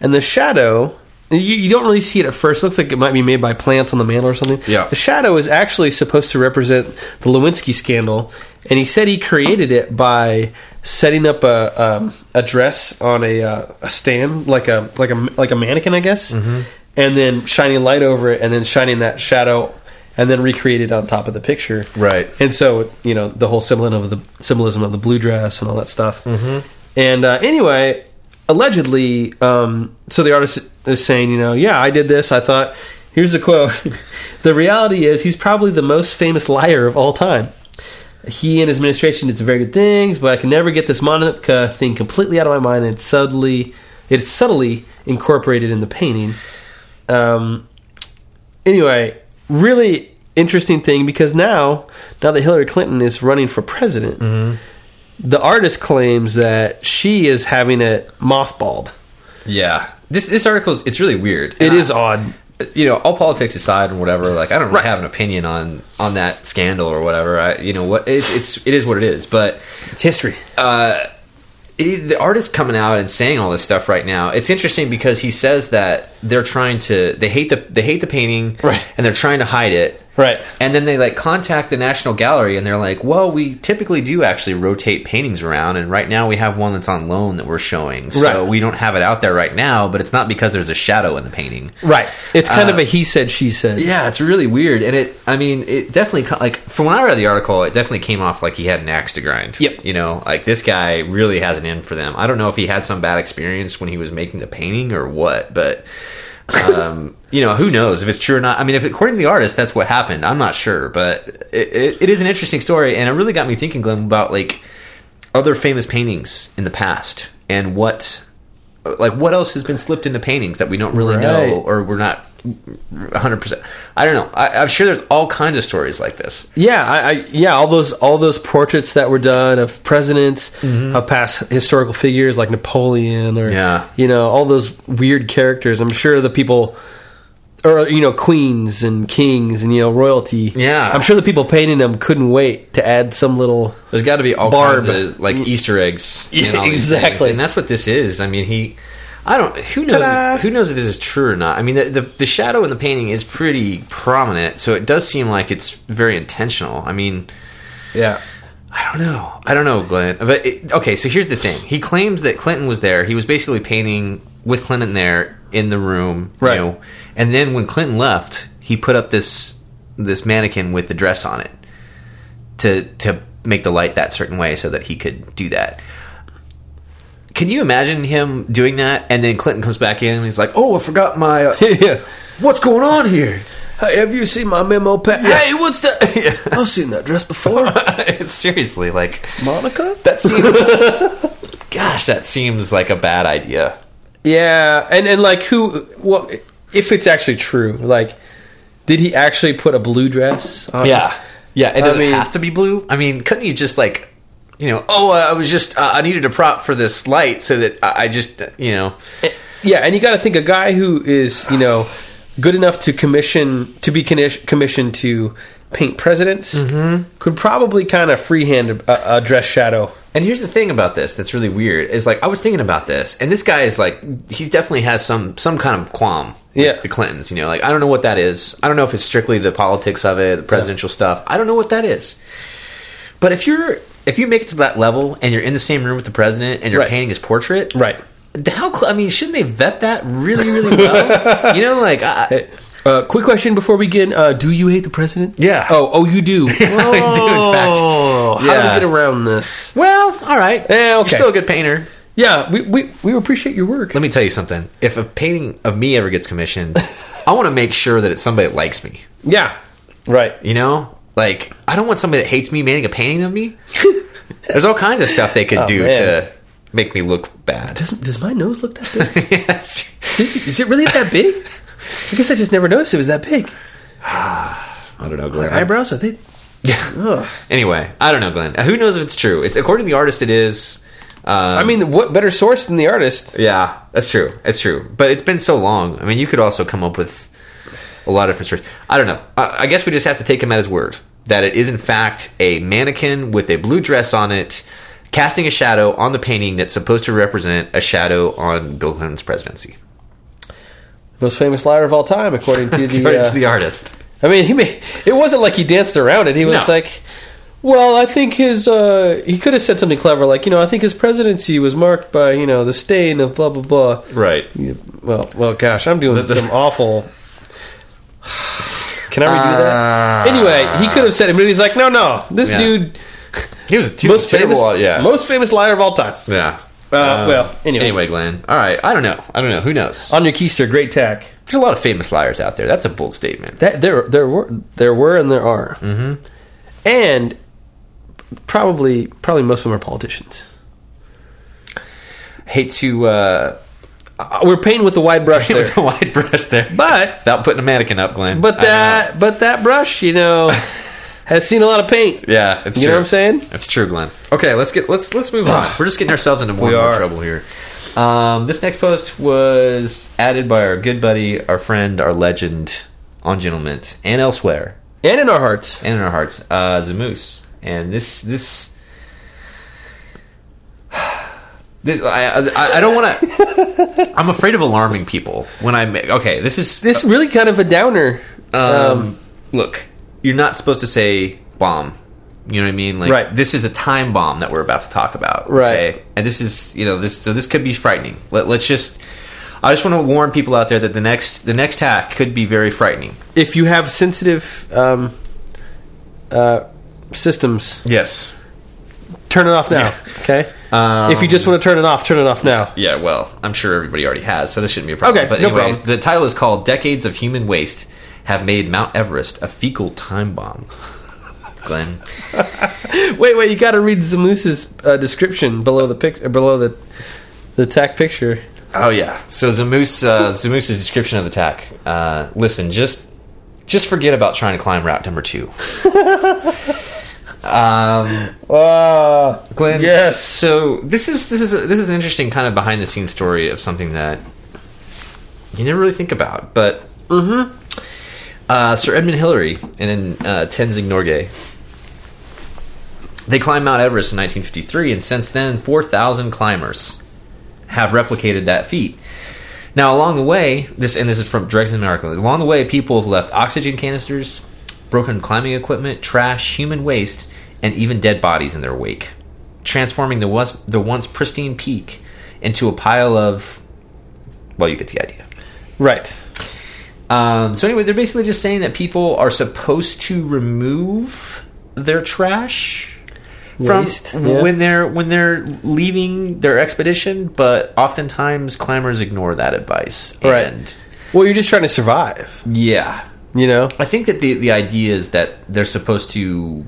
B: and the shadow. You, you don't really see it at first. It looks like it might be made by plants on the mantle or something.
A: Yeah.
B: The shadow is actually supposed to represent the Lewinsky scandal, and he said he created it by setting up a um, a dress on a, uh, a stand like a like a like a mannequin, I guess, and then shining light over it, and then shining that shadow, and then recreated on top of the picture.
A: Right.
B: And so you know the whole symbolism of the symbolism of the blue dress and all that stuff. Mm-hmm. And uh, anyway, allegedly, um, so the artist is saying, you know, yeah, I did this. I thought, here's the quote: "The reality is, he's probably the most famous liar of all time. He and his administration did some very good things, but I can never get this Monica thing completely out of my mind. And subtly, it's subtly incorporated in the painting." Um, anyway, really interesting thing because now, now that Hillary Clinton is running for president,
A: Mm-hmm.
B: the artist claims that she is having it mothballed.
A: Yeah, this this article's it's really weird.
B: It is odd.
A: you know, all politics aside and whatever, like I don't really have an opinion on on that scandal or whatever. I, you know, what it, it's it is what it is. But
B: It's history.
A: it, the artist coming out and saying all this stuff right now, it's interesting because he says that they're trying to they hate the they hate the painting,
B: Right.
A: And they're trying to hide it,
B: Right.
A: And then they like contact the National Gallery and they're like, well, we typically do actually rotate paintings around, and right now we have one that's on loan that we're showing, so
B: Right.
A: we don't have it out there right now. But it's not because there's a shadow in the painting,
B: right. It's kind
A: Uh,
B: of a he said, she said.
A: yeah, it's really weird, and it. I mean, it definitely co- like from when I read the article, it definitely came off like he had an axe to grind.
B: Yep.
A: You know, like this guy really has an in for them. I don't know if he had some bad experience when he was making the painting or what, but um, you know, who knows if it's true or not. I mean, if according to the artist, that's what happened. I'm not sure, but it, it, it is an interesting story, and it really got me thinking, Glenn, about like other famous paintings in the past and what like what else has been slipped into paintings that we don't really
B: Right.
A: know or we're not 100% i don't know I, i'm sure there's all kinds of stories like this
B: Yeah, I, I yeah, all those all those portraits that were done of presidents, of past historical figures like Napoleon, or
A: Mm-hmm. Yeah.
B: you know, all those weird characters. I'm sure the people, or you know, queens and kings and you know, royalty.
A: Yeah.
B: I'm sure the people painting them couldn't wait to add some little.
A: there's got to be all
B: Barb. Mm.
A: kinds of like easter eggs in
B: Yeah,
A: all these
B: exactly.
A: things. and that's what this is i mean he i don't who knows
B: Ta-da!
A: who knows if this is true or not i mean the, the, the shadow in the painting is pretty prominent so it does seem like it's very intentional i mean
B: Yeah,
A: I don't know. I don't know, Glenn. But it, okay, so here's the thing. He claims that Clinton was there. He was basically painting with Clinton there in the room, you
B: Right.
A: know. And then when Clinton left, he put up this this mannequin with the dress on it. to to make the light that certain way so that he could do that. Can you imagine him doing that? And then Clinton comes back in and he's like, "Oh, I forgot my uh,
B: yeah.
A: what's going on here."
B: Hey, have you seen my memo pack? Hey, what's that? I've seen that dress before.
A: Seriously, like
B: Monica?
A: that seems. gosh, that seems like a bad idea.
B: Yeah, and and like who? Well, if it's actually true, like, did he actually put a blue dress? on?
A: Yeah, yeah. It doesn't
B: mean-
A: have to be blue. I mean, couldn't you just like, you know, oh, uh, I was just uh, I needed a prop for this light so that I, I just, uh, you know,
B: yeah. And you got to think a guy who is you know good enough to commission to be commis- commissioned to paint presidents
A: Mm-hmm.
B: could probably kind of freehand a, a dress shadow.
A: And here's the thing about this that's really weird is like I was thinking about this, and this guy is like he definitely has some some kind of qualm. with
B: Yeah.
A: the Clintons. You know, like I don't know what that is. I don't know if it's strictly the politics of it, the presidential stuff. I don't know what that is. But if you're if you make it to that level and you're in the same room with the president and you're
B: Right.
A: painting his portrait,
B: Right.
A: How cl- I mean, shouldn't they vet that really, really well? you know, like I, I-
B: Uh, quick question before we get in, uh, do you hate the president?
A: Yeah.
B: Oh, oh, you do.
A: I do, in fact.
B: Oh, how do
A: Yeah.
B: we get around this?
A: Well, all right.
B: Eh,
A: You're
B: okay.
A: still a good painter.
B: Yeah, we, we, we appreciate your work.
A: Let me tell you something. If a painting of me ever gets commissioned, I want to make sure that it's somebody that likes me.
B: Yeah. Right.
A: You know, like I don't want somebody that hates me making a painting of me. There's all kinds of stuff they could do
B: Oh, man.
A: to make me look bad.
B: Does, does my nose look that big?
A: Yes.
B: Did you- is it really that big? I guess I just never noticed it was that big.
A: I don't know, Glenn.
B: Eyebrows are they? Ugh.
A: anyway, I don't know, Glenn. Who knows if it's true? It's according to the artist. It is. Um,
B: I mean, what better source than the artist?
A: Yeah, that's true. That's true. But it's been so long. I mean, you could also come up with a lot of different stories. I don't know. I, I guess we just have to take him at his word that it is in fact a mannequin with a blue dress on it, casting a shadow on the painting that's supposed to represent a shadow on Bill Clinton's presidency,
B: Most famous liar of all time, according to the.
A: according
B: uh,
A: to the artist.
B: I mean, he may, it wasn't like he danced around it. He was
A: No.
B: like, well, I think his uh, he could have said something clever, like you know, I think his presidency was marked by you know the stain of blah blah blah.
A: Right.
B: Yeah, Well, well, gosh, I'm doing some awful. Can I redo that? Anyway, he could have said it, but he's like, no, no, this
A: Yeah.
B: dude
A: He was, he was
B: most
A: a terrible.
B: famous,
A: yeah.
B: most famous liar of all time.
A: yeah.
B: Uh, well, anyway.
A: Anyway, Glenn. All right. I don't know. I don't know. Who knows?
B: on your keister, great tack.
A: There's a lot of famous liars out there. That's a bold statement.
B: That there, there were, there were, and there are, mm-hmm. and probably, probably most of them are politicians.
A: Hate to. Uh,
B: Uh, we're painting with a wide brush there,
A: with a wide brush there.
B: but
A: without putting a mannequin up, Glenn. I
B: but
A: don't know.
B: that, but that brush, you know, has seen a lot of paint.
A: yeah, it's
B: You
A: true.
B: know what I'm saying?
A: That's true, Glenn. Okay, let's get let's let's move on. We're just getting ourselves into more,
B: We
A: and more
B: are.
A: trouble here. Um, this next post was added by our good buddy, our friend, our legend on Gentleman and elsewhere
B: And in our hearts,
A: and in our hearts, uh, Zamoose. And this this. This, I, I, I don't want to. I'm afraid of alarming people when I make. Okay, this is
B: this really kind of a downer.
A: um, look, you're not supposed to say bomb. You know what I mean? Like
B: Right.
A: this is a time bomb that we're about to talk about.
B: Right.
A: And this is you know, this so this could be frightening. Let, let's just I just want to warn people out there that the next the next hack could be very frightening.
B: if you have sensitive um, uh, systems,
A: Yes.
B: turn it off now. Okay.
A: Um,
B: if you just want to turn it off, turn it off now.
A: Yeah, well, I'm sure everybody already has, so this shouldn't be a problem.
B: Okay,
A: but
B: no
A: anyway,
B: problem.
A: the title is called Decades of Human Waste Have Made Mount Everest a Fecal Time Bomb. Glenn.
B: Wait, wait. You got to read Zamoose's uh, description below the pic- uh, below the the tack picture.
A: Oh yeah. So Zamoose, uh, Zamoose's description of the attack. Uh, listen, just just forget about trying to climb route number two. um,
B: Uh,
A: Glenn.
B: Yes.
A: So this is this is a, this is an interesting kind of behind the scenes story of something that you never really think about, but uh, Sir Edmund Hillary and then uh, Tenzing Norgay. They climbed Mount Everest in 1953, and since then, 4,000 climbers have replicated that feat. Now, along the way, this and this is from directly from the article. Along the way, people have left oxygen canisters, broken climbing equipment, trash, human waste, and even dead bodies in their wake, transforming the was, the once pristine peak into a pile of. Well, you get the idea.
B: right.
A: Um, so anyway, they're basically just saying that people are supposed to remove their trash from
B: Waste, yeah.
A: when they're when they're leaving their expedition, but oftentimes clamors ignore that advice.
B: Right.
A: And
B: Well, you're just trying to survive,
A: yeah.
B: you know.
A: I think that the the idea is that they're supposed to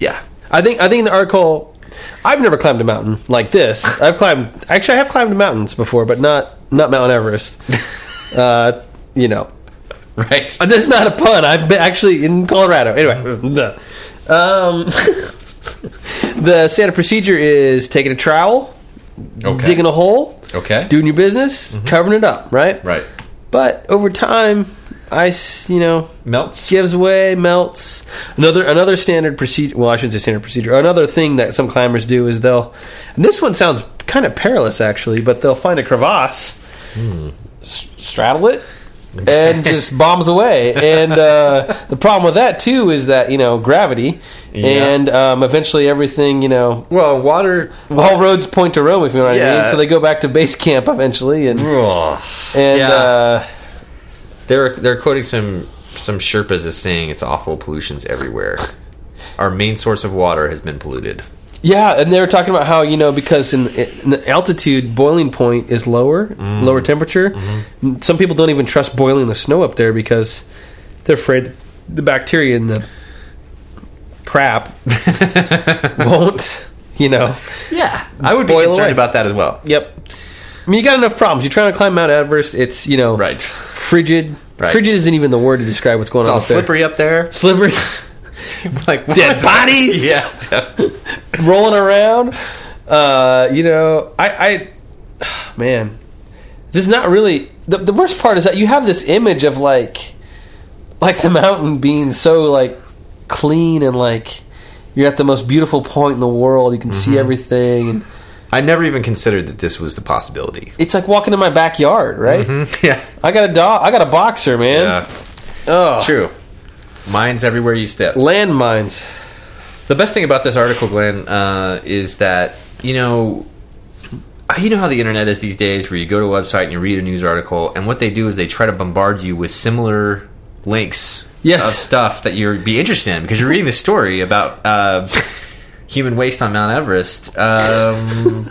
A: yeah.
B: I think I think in the article, I've never climbed a mountain like this. I've climbed actually I have climbed mountains before, but not not Mount Everest. uh, you know,
A: Right.
B: Uh, That's not a pun. I've been actually in Colorado. Anyway, duh. um, the standard procedure is taking a trowel,
A: Okay.
B: digging a hole,
A: Okay. Mm-hmm.
B: doing your business, covering it up, right?
A: Right.
B: But over time, ice, you know,
A: Melts.
B: gives way, melts. Another another standard procedure. Well, I shouldn't say standard procedure. Another thing that some climbers do is they'll. And this one sounds kind of perilous, actually, but they'll find a crevasse,
A: Hmm.
B: s- straddle it, and just bombs away. And uh, the problem with that too is that you know gravity, and um, eventually everything you know.
A: Well, water
B: All roads point to Rome, if you know what I mean.
A: Yeah.
B: So they go back to base camp eventually, and
A: Ugh.
B: and
A: Yeah.
B: uh,
A: They're they're quoting some some Sherpas as saying it's awful. Pollution's everywhere. Our main source of water has been polluted.
B: Yeah, and they were talking about how you know because in, in the altitude boiling point is lower,
A: Mm.
B: lower temperature.
A: Mm-hmm.
B: Some people don't even trust boiling the snow up there because they're afraid the bacteria in the crap won't. You know.
A: Yeah, I would be
B: Boil
A: concerned
B: away.
A: about that as well.
B: Yep. I mean, you got enough problems. You're trying to climb Mount Everest. It's you know,
A: Right.
B: Frigid.
A: Right.
B: Frigid isn't even the word to describe what's going
A: It's
B: on.
A: all
B: up there.
A: slippery up there.
B: Slippery.
A: Like
B: Dead bodies.
A: Yeah.
B: rolling around. Uh, you know, I, I man, this is not really. The, the worst part is that you have this image of like, like the mountain being so like clean and like you're at the most beautiful point in the world. You can see everything, and
A: I never even considered that this was the possibility.
B: it's like walking in my backyard, right?
A: Yeah.
B: I got a dog. I got a boxer, man.
A: Yeah.
B: Oh,
A: True. Mines everywhere you step.
B: landmines.
A: The best thing about this article, Glenn, uh, is that you know, uh, you know how the internet is these days, where you go to a website and you read a news article, and what they do is they try to bombard you with similar links
B: Yes.
A: of stuff that you'd be interested in because you're reading this story about uh, human waste on Mount Everest. Um,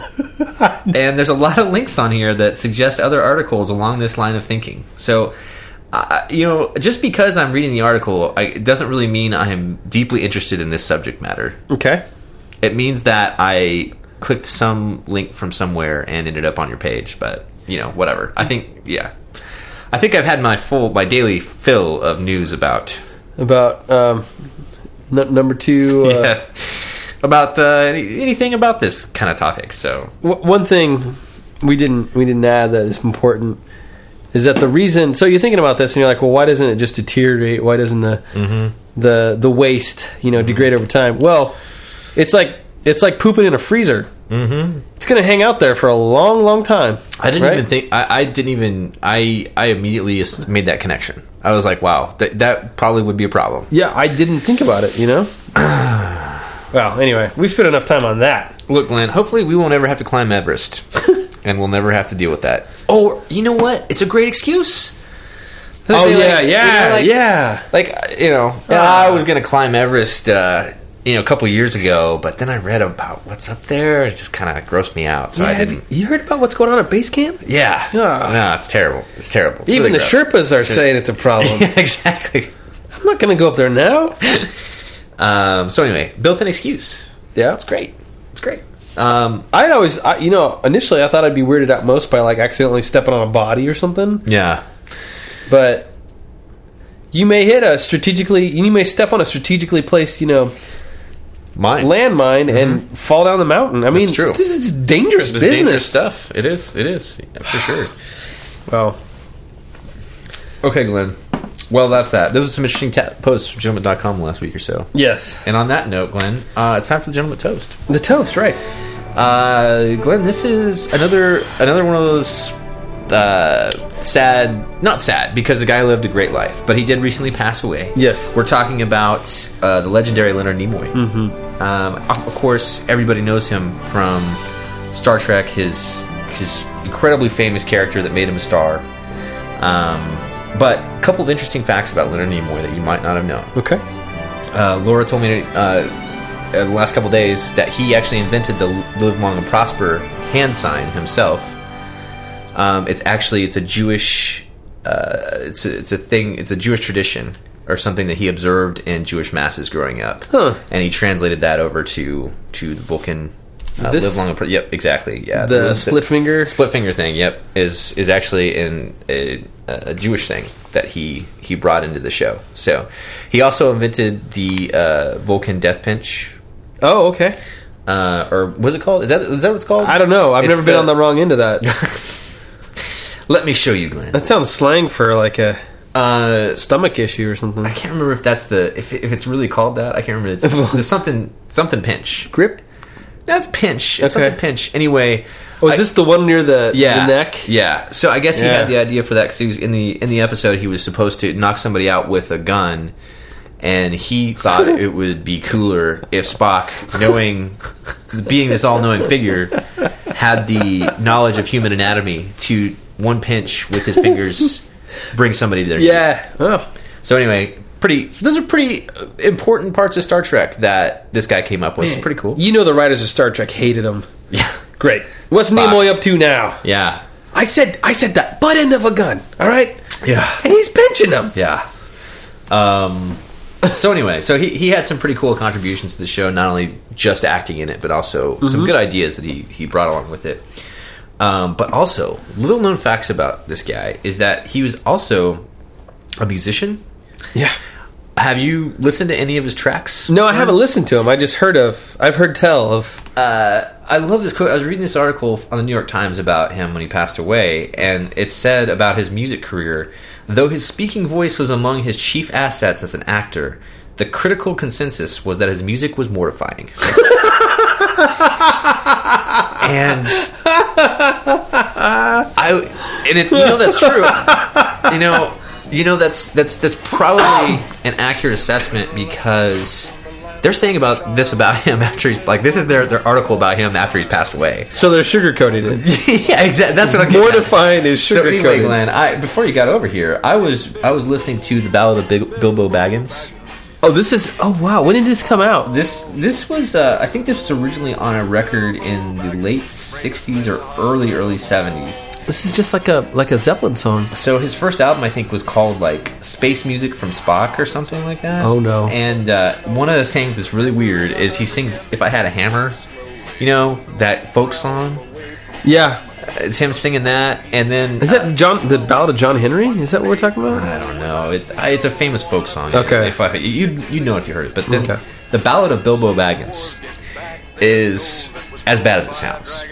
A: and there's a lot of links on here that suggest other articles along this line of thinking. So, I you know, just because I'm reading the article, I, it doesn't really mean I am deeply interested in this subject matter.
B: Okay.
A: It means that I clicked some link from somewhere and ended up on your page, but you know, whatever. I think, yeah, I think I've had my full, my daily fill of news about
B: About um, n- number two. Uh,
A: about uh, any, anything about this kind of topic. So,
B: W- one thing we didn't we didn't add that is important is that the reason. So you're thinking about this, and you're like, well, why doesn't it just deteriorate? Why doesn't the
A: Mm-hmm.
B: the the waste you know degrade over time? Well, it's like it's like pooping in a freezer. Mm-hmm. It's going to hang out there for a long, long time.
A: I didn't
B: right?
A: even think. I, I didn't even. I I immediately as- made that connection. I was like, wow, th- that probably would be a problem.
B: Yeah, I didn't think about it. You know. well, anyway, we spent enough time on that.
A: Look, Glenn. Hopefully, we won't ever have to climb Everest, and we'll never have to deal with that. Or you know what? It's a great excuse. They'll
B: Oh
A: say,
B: yeah,
A: like, you
B: yeah,
A: know, like-
B: yeah. Uh,
A: Like uh, you know, I was gonna climb Everest. Uh, you know, a couple years ago, but then I read about what's up there. It just kind of grossed me out, so I
B: Yeah, have
A: didn't.
B: you, you heard about what's going on at base camp?
A: Yeah.
B: Ah.
A: No, it's terrible. It's terrible. It's
B: Even
A: really
B: the
A: gross.
B: Sherpas are saying it's a problem.
A: Yeah, exactly.
B: I'm not going to go up there now.
A: Um, so anyway, built-in excuse.
B: Yeah,
A: It's great. It's great. Um,
B: I'd always, I, you know, initially I thought I'd be weirded out most by like accidentally stepping on a body or something,
A: yeah.
B: but you may hit a strategically, you may step on a strategically placed, you know,
A: Mine.
B: landmine and fall down the mountain. I mean,
A: That's true.
B: Mm-hmm. this is dangerous
A: It's
B: business.
A: dangerous stuff. It is. It is yeah, for sure.
B: Well,
A: okay, Glenn. Well, that's that. Those are some interesting ta- posts from gentleman.com last week or so.
B: yes,
A: And on that note, Glenn, uh, it's time for the gentleman toast.
B: the toast, right?
A: Uh, Glenn, this is another another one of those uh, sad, not sad, because the guy lived a great life, but he did recently pass away.
B: Yes.
A: we're talking about uh, the legendary Leonard Nimoy. Mm-hmm. Um, of course, everybody knows him from Star Trek, his his incredibly famous character that made him a star. Um, but a couple of interesting facts about Leonard Nimoy that you might not have known.
B: Okay,
A: uh, Laura told me uh, uh, the last couple days that he actually invented the "Live Long and Prosper" hand sign himself. Um, it's actually it's a Jewish uh, it's a, it's a thing it's a Jewish tradition or something that he observed in Jewish masses growing up,
B: Huh.
A: and he translated that over to to the Vulcan. Uh,
B: This-
A: live long and pro- yep exactly yeah
B: The split finger?
A: split finger thing yep is is actually in a, a Jewish thing that he he brought into the show so he also invented the uh, Vulcan death pinch
B: Oh, okay.
A: uh, or was it called is that is that what it's called
B: I don't know. I've
A: It's
B: never been on the wrong end of that.
A: let me show you Glenn
B: That sounds slang for like a
A: uh,
B: stomach issue or something.
A: I can't remember if that's the if, if it's really called that. I can't remember. It's, there's something something pinch.
B: Grip?
A: That's pinch. It's
B: Okay.
A: something pinch. Anyway.
B: Oh, is
A: I-
B: this the one near the,
A: yeah
B: the neck?
A: Yeah. So I guess he
B: Yeah.
A: had the idea for that because he was in the in the episode he was supposed to knock somebody out with a gun, and he thought it would be cooler if Spock, knowing being this all knowing figure, had the knowledge of human anatomy to one pinch with his fingers bring somebody to their knees.
B: Yeah. Oh.
A: So anyway, pretty. Those are pretty uh, important parts of Star Trek that this guy came up with. It's pretty cool.
B: You know the writers of Star Trek hated him.
A: Yeah.
B: Great. What's
A: Spock.
B: Nimoy up to now?
A: Yeah.
B: I said I said that butt end of a gun. All right.
A: Yeah.
B: And he's pinching him.
A: Yeah. Um. So anyway, so he, he had some pretty cool contributions to the show, not only just acting in it, but also some good ideas that he, he brought along with it. Um, but also, little known facts about this guy is that he was also a musician.
B: Yeah.
A: Have you listened to any of his tracks?
B: No, I haven't listened to him. I just heard of. I've heard tell of.
A: uh, I love this quote. I was reading this article on the New York Times about him when he passed away, and it said about his music career though his speaking voice was among his chief assets as an actor, the critical consensus was that his music was mortifying. and I and it, you know that's true. You know, you know that's that's that's probably an accurate assessment because they're saying about this about him after he's like this is their their article about him after he's passed away.
B: So they're sugarcoating it.
A: yeah, exactly. That's what I'm getting at.
B: Mortifying is
A: So
B: sugarcoated.
A: anyway, Glenn, I, before you got over here, I was I was listening to the Ballad of Bil- Bilbo Baggins.
B: oh, this is. Oh wow. When did this come out?
A: This this was uh, I think this was originally on a record in the late '60s or early early '70s.
B: This is just like a like a Zeppelin song.
A: So his first album, I think, was called like Space Music from Spock or something like that.
B: Oh, no.
A: And uh, one of the things that's really weird is he sings "If I Had a Hammer," you know that folk song.
B: Yeah.
A: It's him singing that, and then uh,
B: Is that John? The Ballad of John Henry? Is that what we're talking about?
A: I don't know. It, I- it's a famous folk song.
B: Okay.
A: If I, you you know if you heard it, but then
B: Okay.
A: the Ballad of Bilbo Baggins is as bad as it sounds.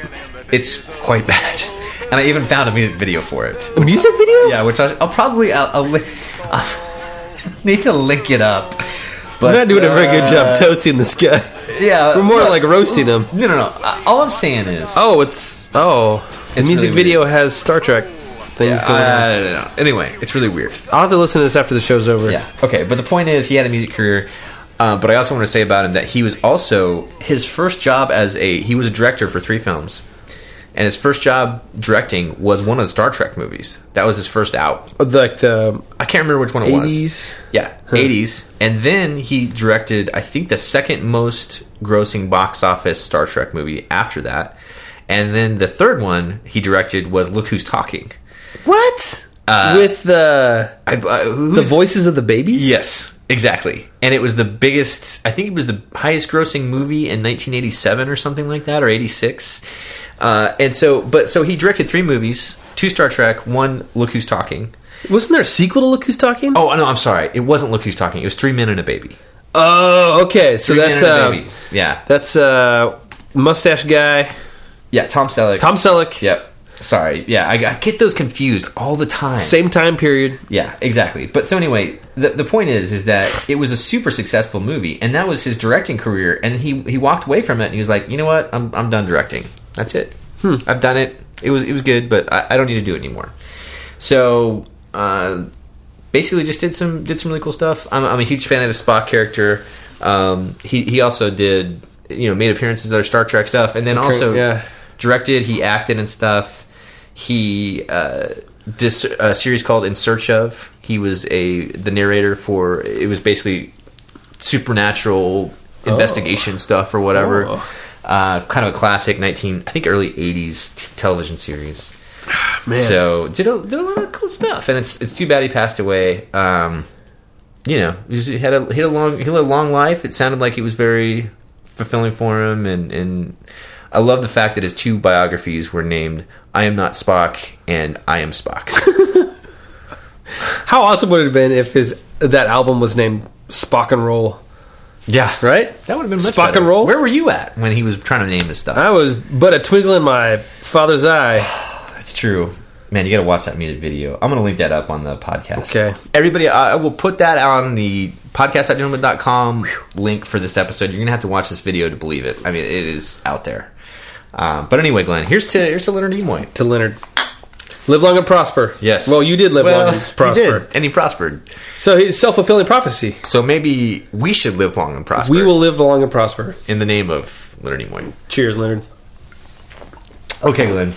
A: It's quite bad, and I even found a music video for it.
B: A music video?
A: Yeah, which I, I'll probably I'll, I'll, li- I'll need to link it up. But
B: We're not doing a very good job
A: uh,
B: toasting this guy.
A: yeah,
B: We're more
A: no,
B: like roasting him.
A: no, no, no. Uh, All I'm saying is,
B: Oh, it's oh. The
A: It's
B: music
A: really
B: video has Star Trek thing
A: yeah,
B: going on.
A: I don't know. Anyway, it's really weird.
B: I'll have to listen to this after the show's over.
A: Yeah. Okay, but the point is, he had a music career. Uh, but I also want to say about him that he was also his first job as a he was a director for three films, and his first job directing was one of the Star Trek movies. That was his first out.
B: Like the
A: I can't remember which one it was.
B: 80s?
A: Yeah, 80s. And then he directed, I think, the second most grossing box office Star Trek movie after that. And then the third one he directed was Look Who's Talking.
B: what
A: Uh,
B: with the
A: I, I- who's-
B: the voices of the babies?
A: Yes, exactly. And it was the biggest, I think it was the highest grossing movie in 1987 or something like that, or 86. Uh, and so, but so he directed three movies two Star Trek, one Look Who's Talking.
B: Wasn't there a sequel to Look Who's Talking?
A: Oh, no, I'm sorry. It wasn't Look Who's Talking. It was Three Men and a Baby.
B: Oh, okay. So
A: Three
B: that's
A: Men and
B: uh,
A: a Baby. Yeah.
B: that's uh, mustache guy
A: Yeah, Tom Selleck.
B: Tom Selleck.
A: Yep. Sorry. Yeah, I, I get those confused all the time.
B: Same time period.
A: Yeah, exactly. But so anyway, the, the point is, is that it was a super successful movie, and that was his directing career. And he he walked away from it, and he was like, you know what, I'm I'm done directing. That's it. I've done it. It was it was good, but I, I don't need to do it anymore. So. Uh, basically just did some did some really cool stuff. I'm, I'm a huge fan of his Spock character. Um, he he also did you know made appearances in other Star Trek stuff, and then also
B: yeah.
A: directed. He acted and stuff. He uh, dis- a series called In Search of. He was a the narrator for. It was basically supernatural investigation stuff or whatever.
B: Oh.
A: Uh, kind of a classic nineteen, I think early eighties t- television series.
B: Man.
A: So did a, did a lot of cool stuff, and it's it's too bad he passed away. Um, you know, he just had a he had a long he had a long life. It sounded like it was very fulfilling for him, and and I love the fact that his two biographies were named "I Am Not Spock" and "I Am Spock."
B: How awesome would it have been if his that album was named Spock and Roll,
A: yeah,
B: right?
A: That would have been much
B: Spock
A: better.
B: and Roll.
A: Where were you at when he was trying to name his stuff?
B: I was but a twinkle in my father's eye.
A: That's true. Man, you got to watch that music video. I'm going to link that up on the podcast.
B: Okay.
A: Everybody, I I will put that on the podcast.gentleman.com link for this episode. You're going to have to watch this video to believe it. I mean, it is out there. Um, but anyway, Glenn, here's to here's to Leonard Nimoy.
B: To Leonard, live long and prosper.
A: Yes.
B: Well, you did live
A: Well,
B: long
A: he
B: and
A: did,
B: prosper.
A: and he prospered.
B: So he's self fulfilling prophecy.
A: So maybe we should live long and prosper.
B: We will live long and prosper.
A: in the name of Leonard Nimoy.
B: Cheers, Leonard.
A: Okay, Glenn.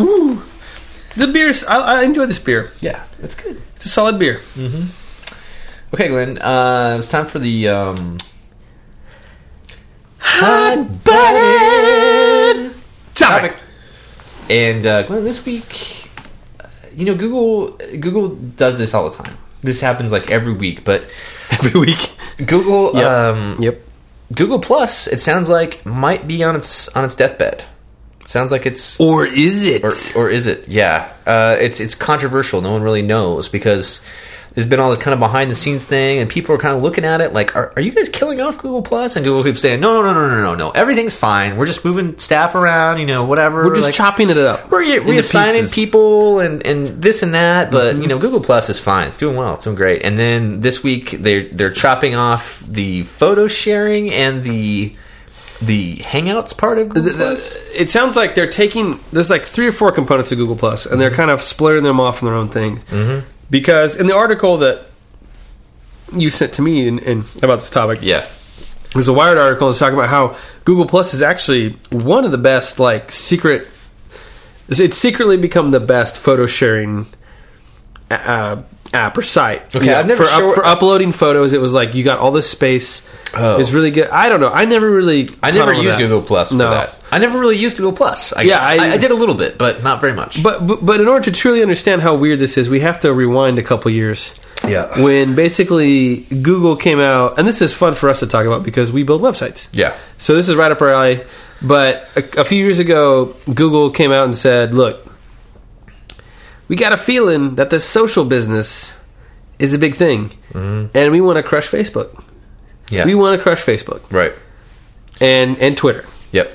B: The beer's. I, I enjoy this beer.
A: Yeah, that's good.
B: It's Mm. a solid beer.
A: Okay, Glenn. Uh, it's time for the um, hot
B: Topic.
A: And uh, Glenn, this week, uh, you know, Google Google does this all the time. This happens like every week, but
B: Every week.
A: Google um,
B: Yep.
A: Google Plus, it sounds like might be on its on its deathbed. Sounds like it's
B: Or is it?
A: or, or is it? Yeah, uh, it's it's controversial. No one really knows because there's been all this kind of behind the scenes thing, and people are kind of looking at it like, are, are you guys killing off Google Plus? And Google keeps saying, no, no, no, no, no, no, no, everything's fine. We're just moving staff around, you know, whatever.
B: We're just
A: Like,
B: chopping it up.
A: We're re-
B: into
A: reassigning
B: pieces. Mm-hmm.
A: people and, and this and that, but you know Google Plus is fine. It's doing well. It's doing great. And then this week they're they're chopping off the photo sharing and the the Hangouts part of Google
B: Th- th-
A: Plus.
B: It sounds like they're taking. There's like three or four components of Google Plus, and they're kind of splitting them off in their own thing. Mm-hmm. Because in the article that you sent to me in, in, about this topic,
A: Yeah,
B: there's a Wired article that's talking about how Google Plus is actually one of the best, like secret. It's secretly become the best photo sharing uh, app or site.
A: Okay, I've never
B: for,
A: sure-
B: for uploading photos. It was like you got all this space.
A: Oh.
B: It's really good. I don't know. I never really.
A: I
B: caught
A: never
B: on with
A: used
B: that.
A: Google Plus for
B: No.
A: that. I never really used Google Plus. I
B: Yeah,
A: guess.
B: I-
A: I, I did a little bit, but not very much.
B: But, but but in order to truly understand how weird this is, we have to rewind a couple years.
A: Yeah.
B: When basically Google came out, and this is fun for us to talk about because we build websites.
A: Yeah.
B: So this is right up our alley. But a, a few years ago, Google came out and said, "Look, we got a feeling that this social business is a big thing, and we want to crush Facebook.
A: Mm-hmm. yeah,
B: We want to crush Facebook
A: right.
B: and and Twitter."
A: Yep.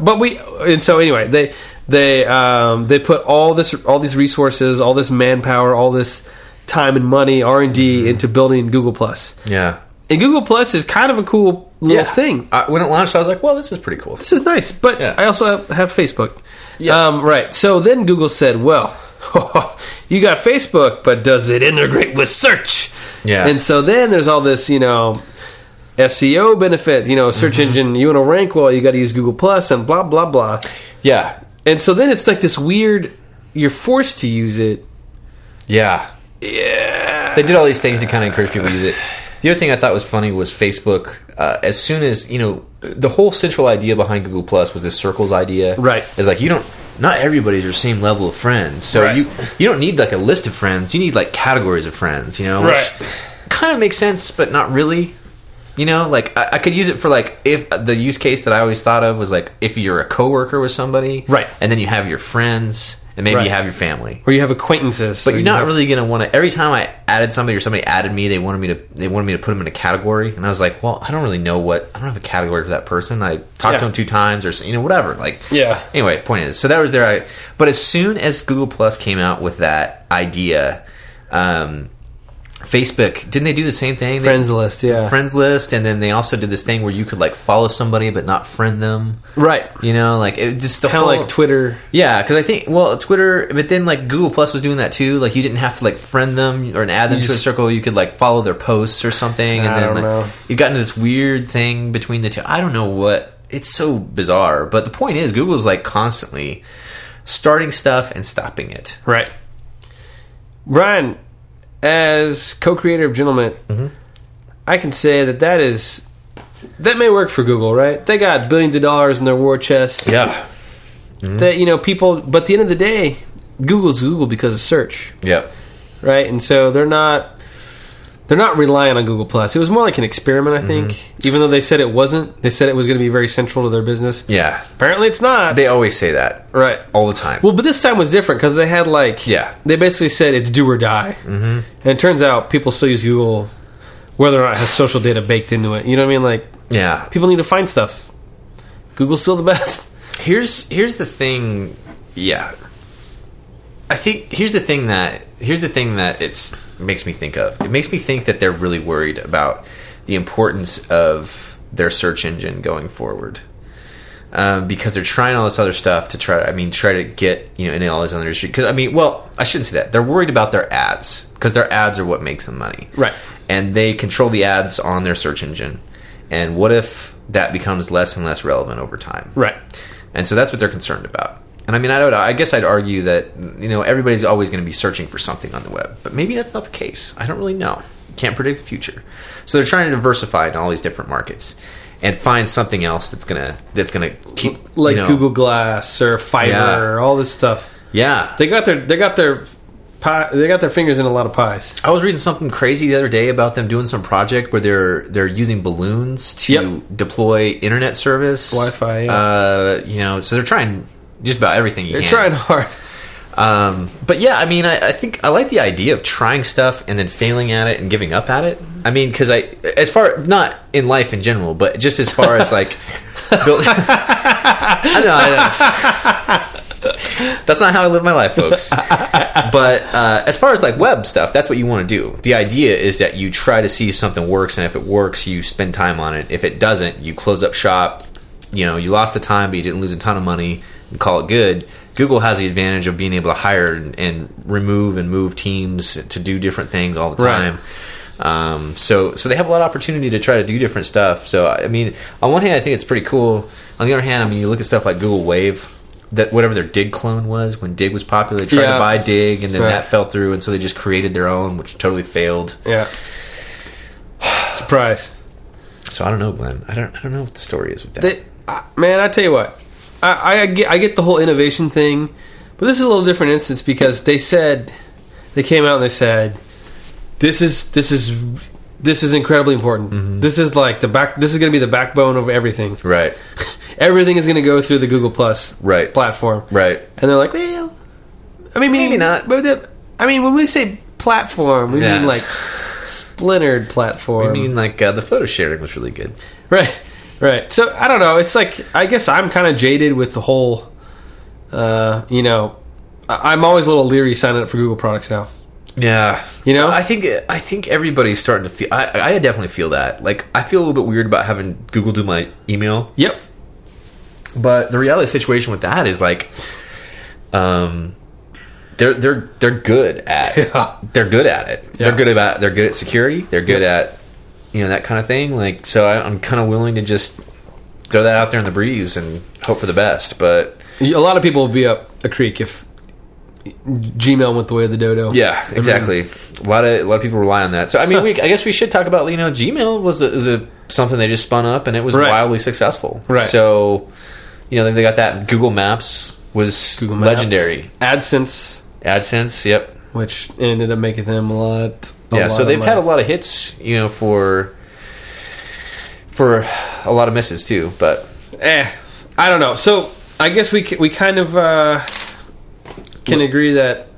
B: but we and so anyway they they um, they put all this all these resources all this manpower all this time and money r&d
A: Mm-hmm.
B: into building google plus
A: Yeah.
B: and google plus is kind of a cool little
A: Yeah.
B: thing
A: I, when it launched, I was like, "Well, this is pretty cool."
B: this is nice but
A: Yeah.
B: i also have, have facebook
A: Yeah.
B: um, right so then google said well you got facebook but does it integrate with search
A: Yeah.
B: and so then there's all this you know seo benefit you know search
A: Mm-hmm.
B: engine you want to rank well you got to use google plus and blah blah blah
A: Yeah.
B: and so then it's like this weird. You're forced to use it.
A: Yeah.
B: Yeah.
A: they did all these things to kind of encourage people to use it. The other thing I thought was funny was Facebook. Uh, as soon as you know, the whole central idea behind Google Plus was this circles idea,
B: Right.
A: It's like you don't, not everybody's your same level of friends, so
B: Right.
A: you you don't need like a list of friends. You need like categories of friends, you know,
B: Right.
A: kind of makes sense, but not really. You know, like I, I could use it for like if uh, the use case that I always thought of was like if you're a coworker with somebody,
B: Right.
A: and then you have your friends, and maybe
B: Right.
A: you have your family,
B: Or you have acquaintances.
A: but
B: or
A: you're
B: you
A: not
B: have-
A: really gonna want to. Every time I added somebody or somebody added me, they wanted me to. They wanted me to put them in a category, and I was like, "Well, I don't really know what. I don't have a category for that person. I talked
B: Yeah.
A: to them two times, or s- you know, whatever. Like,
B: Yeah.
A: Anyway, point is, so that was their. I- But as soon as Google Plus came out with that idea, um, Facebook didn't they do the same thing? They-
B: friends list. Yeah.
A: friends list, and then they also did this thing where you could like follow somebody but not friend them.
B: Right.
A: You know, like it just the
B: Kind of
A: whole
B: like Twitter.
A: yeah, because I think well, Twitter, but then like Google Plus was doing that too. Like you didn't have to like friend them or add them to a
B: just-
A: circle. You could like follow their posts or something, and
B: I
A: then
B: don't
A: like,
B: know.
A: you got into this weird thing between the two. I don't know what. It's so bizarre. But the point is, Google's like constantly starting stuff and stopping it.
B: Right. Brian, as co-creator of Gentleman,
A: Mm-hmm.
B: I can say that that is that may work for Google, right? They got billions of dollars in their war chest.
A: Yeah.
B: That you know people, but at the end of the day, Google's Google because of search,
A: Yep.
B: right? And so they're not they're not relying on Google Plus. It was more like an experiment,
A: Mm-hmm.
B: I think. Even though they said it wasn't, they said it was going to be very central to their business.
A: Yeah.
B: Apparently, it's not.
A: They always say that
B: right.
A: all the time.
B: Well, but this time was different because they had like
A: Yeah.
B: they basically said it's do or die, mm-hmm. and it turns out people still use Google whether or not it has social data baked into it. You know what I mean? Like
A: yeah.
B: people need to find stuff. Google's still the best.
A: Here's here's the thing. Yeah. I think here's the thing that here's the thing that it's makes me think of. It makes me think that they're really worried about the importance of their search engine going forward. um, because they're trying all this other stuff to try. I mean, try to get you know in all this other industry. Because I mean, well, I shouldn't say that. They're worried about their ads because their ads are what makes them money,
B: Right.
A: And they control the ads on their search engine. And what if that becomes less and less relevant over time?
B: Right.
A: And so that's what they're concerned about. And I mean, I don't know. I guess I'd argue that you know everybody's always going to be searching for something on the web, but maybe that's not the case. I don't really know. Can't predict the future. So they're trying to diversify in all these different markets and find something else that's gonna that's gonna keep
B: Like
A: you know-
B: Google Glass or Fiber
A: Yeah.
B: or all this stuff.
A: Yeah,
B: They got their they got their pie, they got their fingers in a lot of pies.
A: I was reading something crazy the other day about them doing some project where they're they're using balloons to
B: Yep.
A: deploy internet service,
B: Wi-Fi, yeah.
A: Uh, you know, so they're trying just about everything. You
B: They're
A: can.
B: trying hard.
A: Um, but yeah, I mean, I, I think I like the idea of trying stuff and then failing at it and giving up at it. I mean, because I, as far not in life in general, but just as far as like, build- I know, I know. That's not how I live my life, folks. But uh, as far as like web stuff, that's what you want to do. The idea is that you try to see if something works, and if it works, you spend time on it. If it doesn't, you close up shop. You know, you lost the time, but you didn't lose a ton of money, and call it good. Google has the advantage of being able to hire and, and remove and move teams to do different things all the
B: Right.
A: time. Um, so, so they have a lot of opportunity to try to do different stuff. So, I mean, on one hand, I think it's pretty cool. On the other hand, I mean, you look at stuff like Google Wave, that whatever their Dig clone was when Dig was popular, they tried
B: Yeah.
A: to buy Dig, and then
B: Right.
A: that fell through, and so they just created their own, which totally failed.
B: Yeah. Surprise.
A: So I don't know, Glenn. I don't, I don't know what the story is with that.
B: They, I man, I tell you what, I, I get I get the whole innovation thing, but this is a little different instance because they said they came out and they said this is this is this is incredibly important. This is like the back. This is going to be the backbone of everything.
A: Mm-hmm. right,
B: Everything is going to go through the Google Plus
A: Right.
B: platform.
A: right.
B: And they're like, well, I mean,
A: Maybe not.
B: But the- I mean, when we say platform, we
A: Yeah.
B: mean like splintered platform.
A: I mean, like uh, the photo sharing was really good.
B: Right, right. So I don't know. It's like I guess I'm kind of jaded with the whole. Uh, you know, I- I'm always a little leery signing up for Google products now.
A: Yeah,
B: You know?
A: I think uh, I think everybody's starting to feel. I, I definitely feel that. Like, I feel a little bit weird about having Google do my email
B: Yep.
A: But the reality of the situation with that is like, um, they're they're they're good at
B: Yeah.
A: they're good at it.
B: Yeah.
A: They're good about they're good at security. They're good at you know that kind of thing. Like so, I, I'm kind of willing to just throw that out there in the breeze and hope for the best. But
B: A lot of people would be up a creek if Gmail went the way of the dodo.
A: yeah, exactly. A lot of a lot of people rely on that. So I mean, we I guess we should talk about you know Gmail was a, is a something they just spun up and it was
B: Right.
A: wildly successful.
B: Right.
A: So you know they got that Google Maps was
B: Google Maps,
A: legendary.
B: AdSense,
A: AdSense, yep.
B: which ended up making them a lot. a
A: yeah, so
B: lot
A: they've
B: of
A: had a
B: money.
A: lot of hits, you know, for for a lot of misses too. But
B: Eh, I don't know. So I guess we c- we kind of uh, can agree that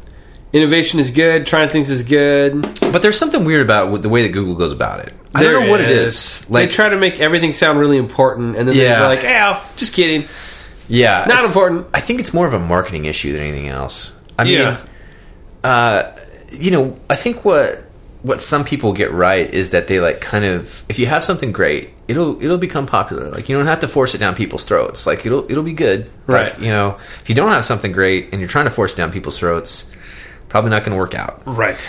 B: innovation is good, trying things is good.
A: but there's something weird about with the way that Google goes about it. I
B: There
A: don't know what it is. Like,
B: they try to make everything sound really important, and then
A: Yeah.
B: they're like, "Ow, just kidding."
A: yeah,
B: Not
A: it's-
B: important.
A: I think it's more of a marketing issue than anything else. I
B: Yeah.
A: mean, uh, you know, I think what what some people get right is that they like kind of if you have something great, it'll it'll become popular. Like you don't have to force it down people's throats. Like it'll it'll be good.
B: Right.
A: Like, you know, if you don't have something great and you're trying to force it down people's throats, probably not going to work out.
B: Right,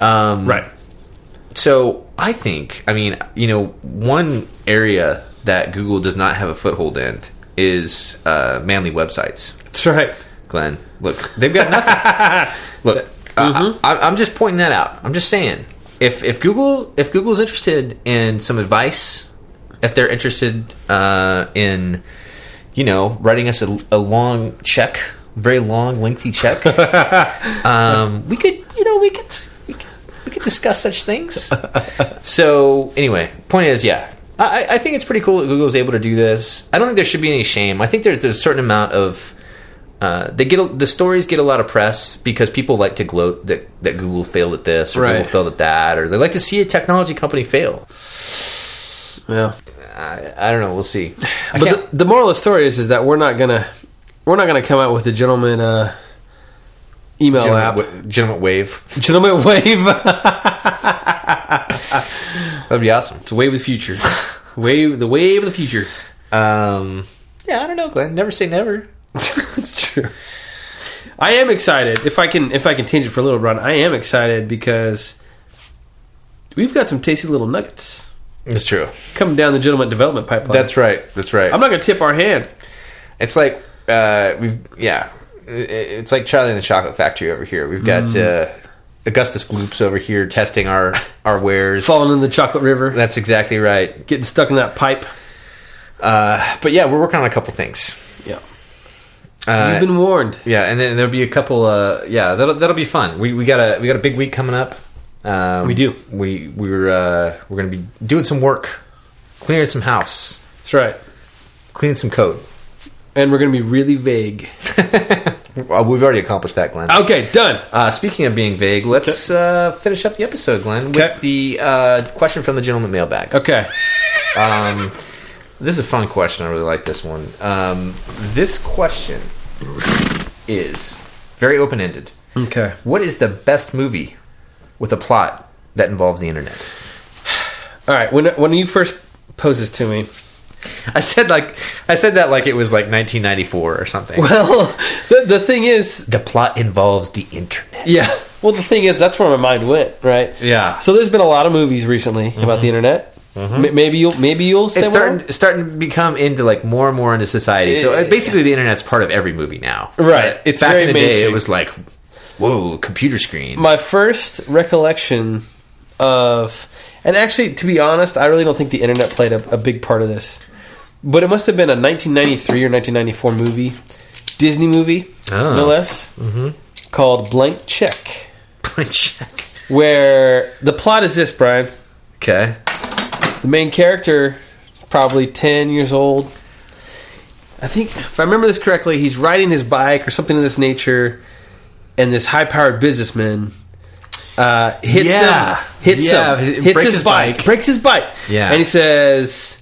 A: Um,
B: right.
A: so I think, I mean, you know, one area that Google does not have a foothold in is uh, manly websites.
B: That's right.
A: Glenn, look, they've got nothing. look, Uh, I, I'm just pointing that out. I'm just saying, if if Google if Google's interested in some advice, if they're interested uh, in, you know, writing us a, a long check, very long, lengthy check, um, we could, you know, we could we could, we could discuss such things. so anyway, point is, yeah. I, I- I think it's pretty cool that Google's able to do this. I don't think there should be any shame. I think there's, there's a certain amount of uh, they get a, the stories get a lot of press because people like to gloat that, that Google failed at this or
B: Right.
A: Google failed at that, or they like to see a technology company fail.
B: Yeah.
A: I, I don't know. We'll see. I can't-
B: But the, the moral of the story is, is that we're not gonna we're not gonna come out with a gentleman uh, email
A: gentleman,
B: app.
A: wa- gentleman wave.
B: gentleman wave.
A: That'd be awesome.
B: it's wave of the future. wave the wave of the future.
A: Um, yeah, I don't know, Glenn. Never say never.
B: That's true. I am excited. If I can if I can change it for a little run, I am excited because we've got some tasty little nuggets
A: It's true.
B: coming down the gentleman development pipeline.
A: That's right. That's right.
B: I'm not gonna tip our hand.
A: It's like uh, we've yeah. I- It's like Charlie and the Chocolate Factory over here. We've got
B: Mm.
A: uh, Augustus Gloops over here testing our our wares.
B: Falling in the chocolate river,
A: That's exactly right.
B: getting stuck in that pipe.
A: Uh, but yeah, we're working on a couple things.
B: Yeah.
A: Uh,
B: You've been warned.
A: yeah, and then there'll be a couple. Uh, yeah, that'll that'll be fun. We we got a we got a big week coming up. Um,
B: We do.
A: We we're uh, we're gonna be doing some work, clearing some house,
B: That's right.
A: cleaning some code.
B: And we're gonna be really vague.
A: Well, Uh, We've already accomplished that, Glenn.
B: Okay, done.
A: Uh, speaking of being vague, let's uh, finish up the episode, Glenn, with
B: Okay.
A: the uh, question from the gentleman mailbag.
B: Okay.
A: Um, this is a fun question. I really like this one. Um, this question is very open ended.
B: Okay.
A: What is the best movie with a plot that involves the internet?
B: All right. When when you first posed this to me,
A: I said like I said that like it was like 1994 or something.
B: well, the, the thing is,
A: The plot involves the internet.
B: yeah. Well, the thing is, that's where my mind went, right?
A: Yeah.
B: So there's been a lot of movies recently about the internet. M- maybe you'll maybe you'll say
A: It's
B: one
A: starting, it's starting to become into like more and more into society. So uh, basically, the internet's part of every movie now.
B: Right.
A: But
B: It's
A: back
B: very
A: in the day.
B: mainstream.
A: It was like, whoa, computer screen.
B: my first recollection of and actually to be honest i really don't think the internet played a, a big part of this but it must have been a 1993 or 1994 movie disney movie
A: Oh.
B: no less called blank check
A: Check.
B: where the plot is this brian
A: Okay.
B: the main character probably 10 years old i think if i remember this correctly he's riding his bike or something of this nature and this high-powered businessman uh, hits
A: Yeah.
B: him hits
A: Yeah,
B: him
A: he
B: hits
A: breaks
B: his,
A: his
B: bike,
A: bike.
B: breaks his bike
A: Yeah.
B: and he says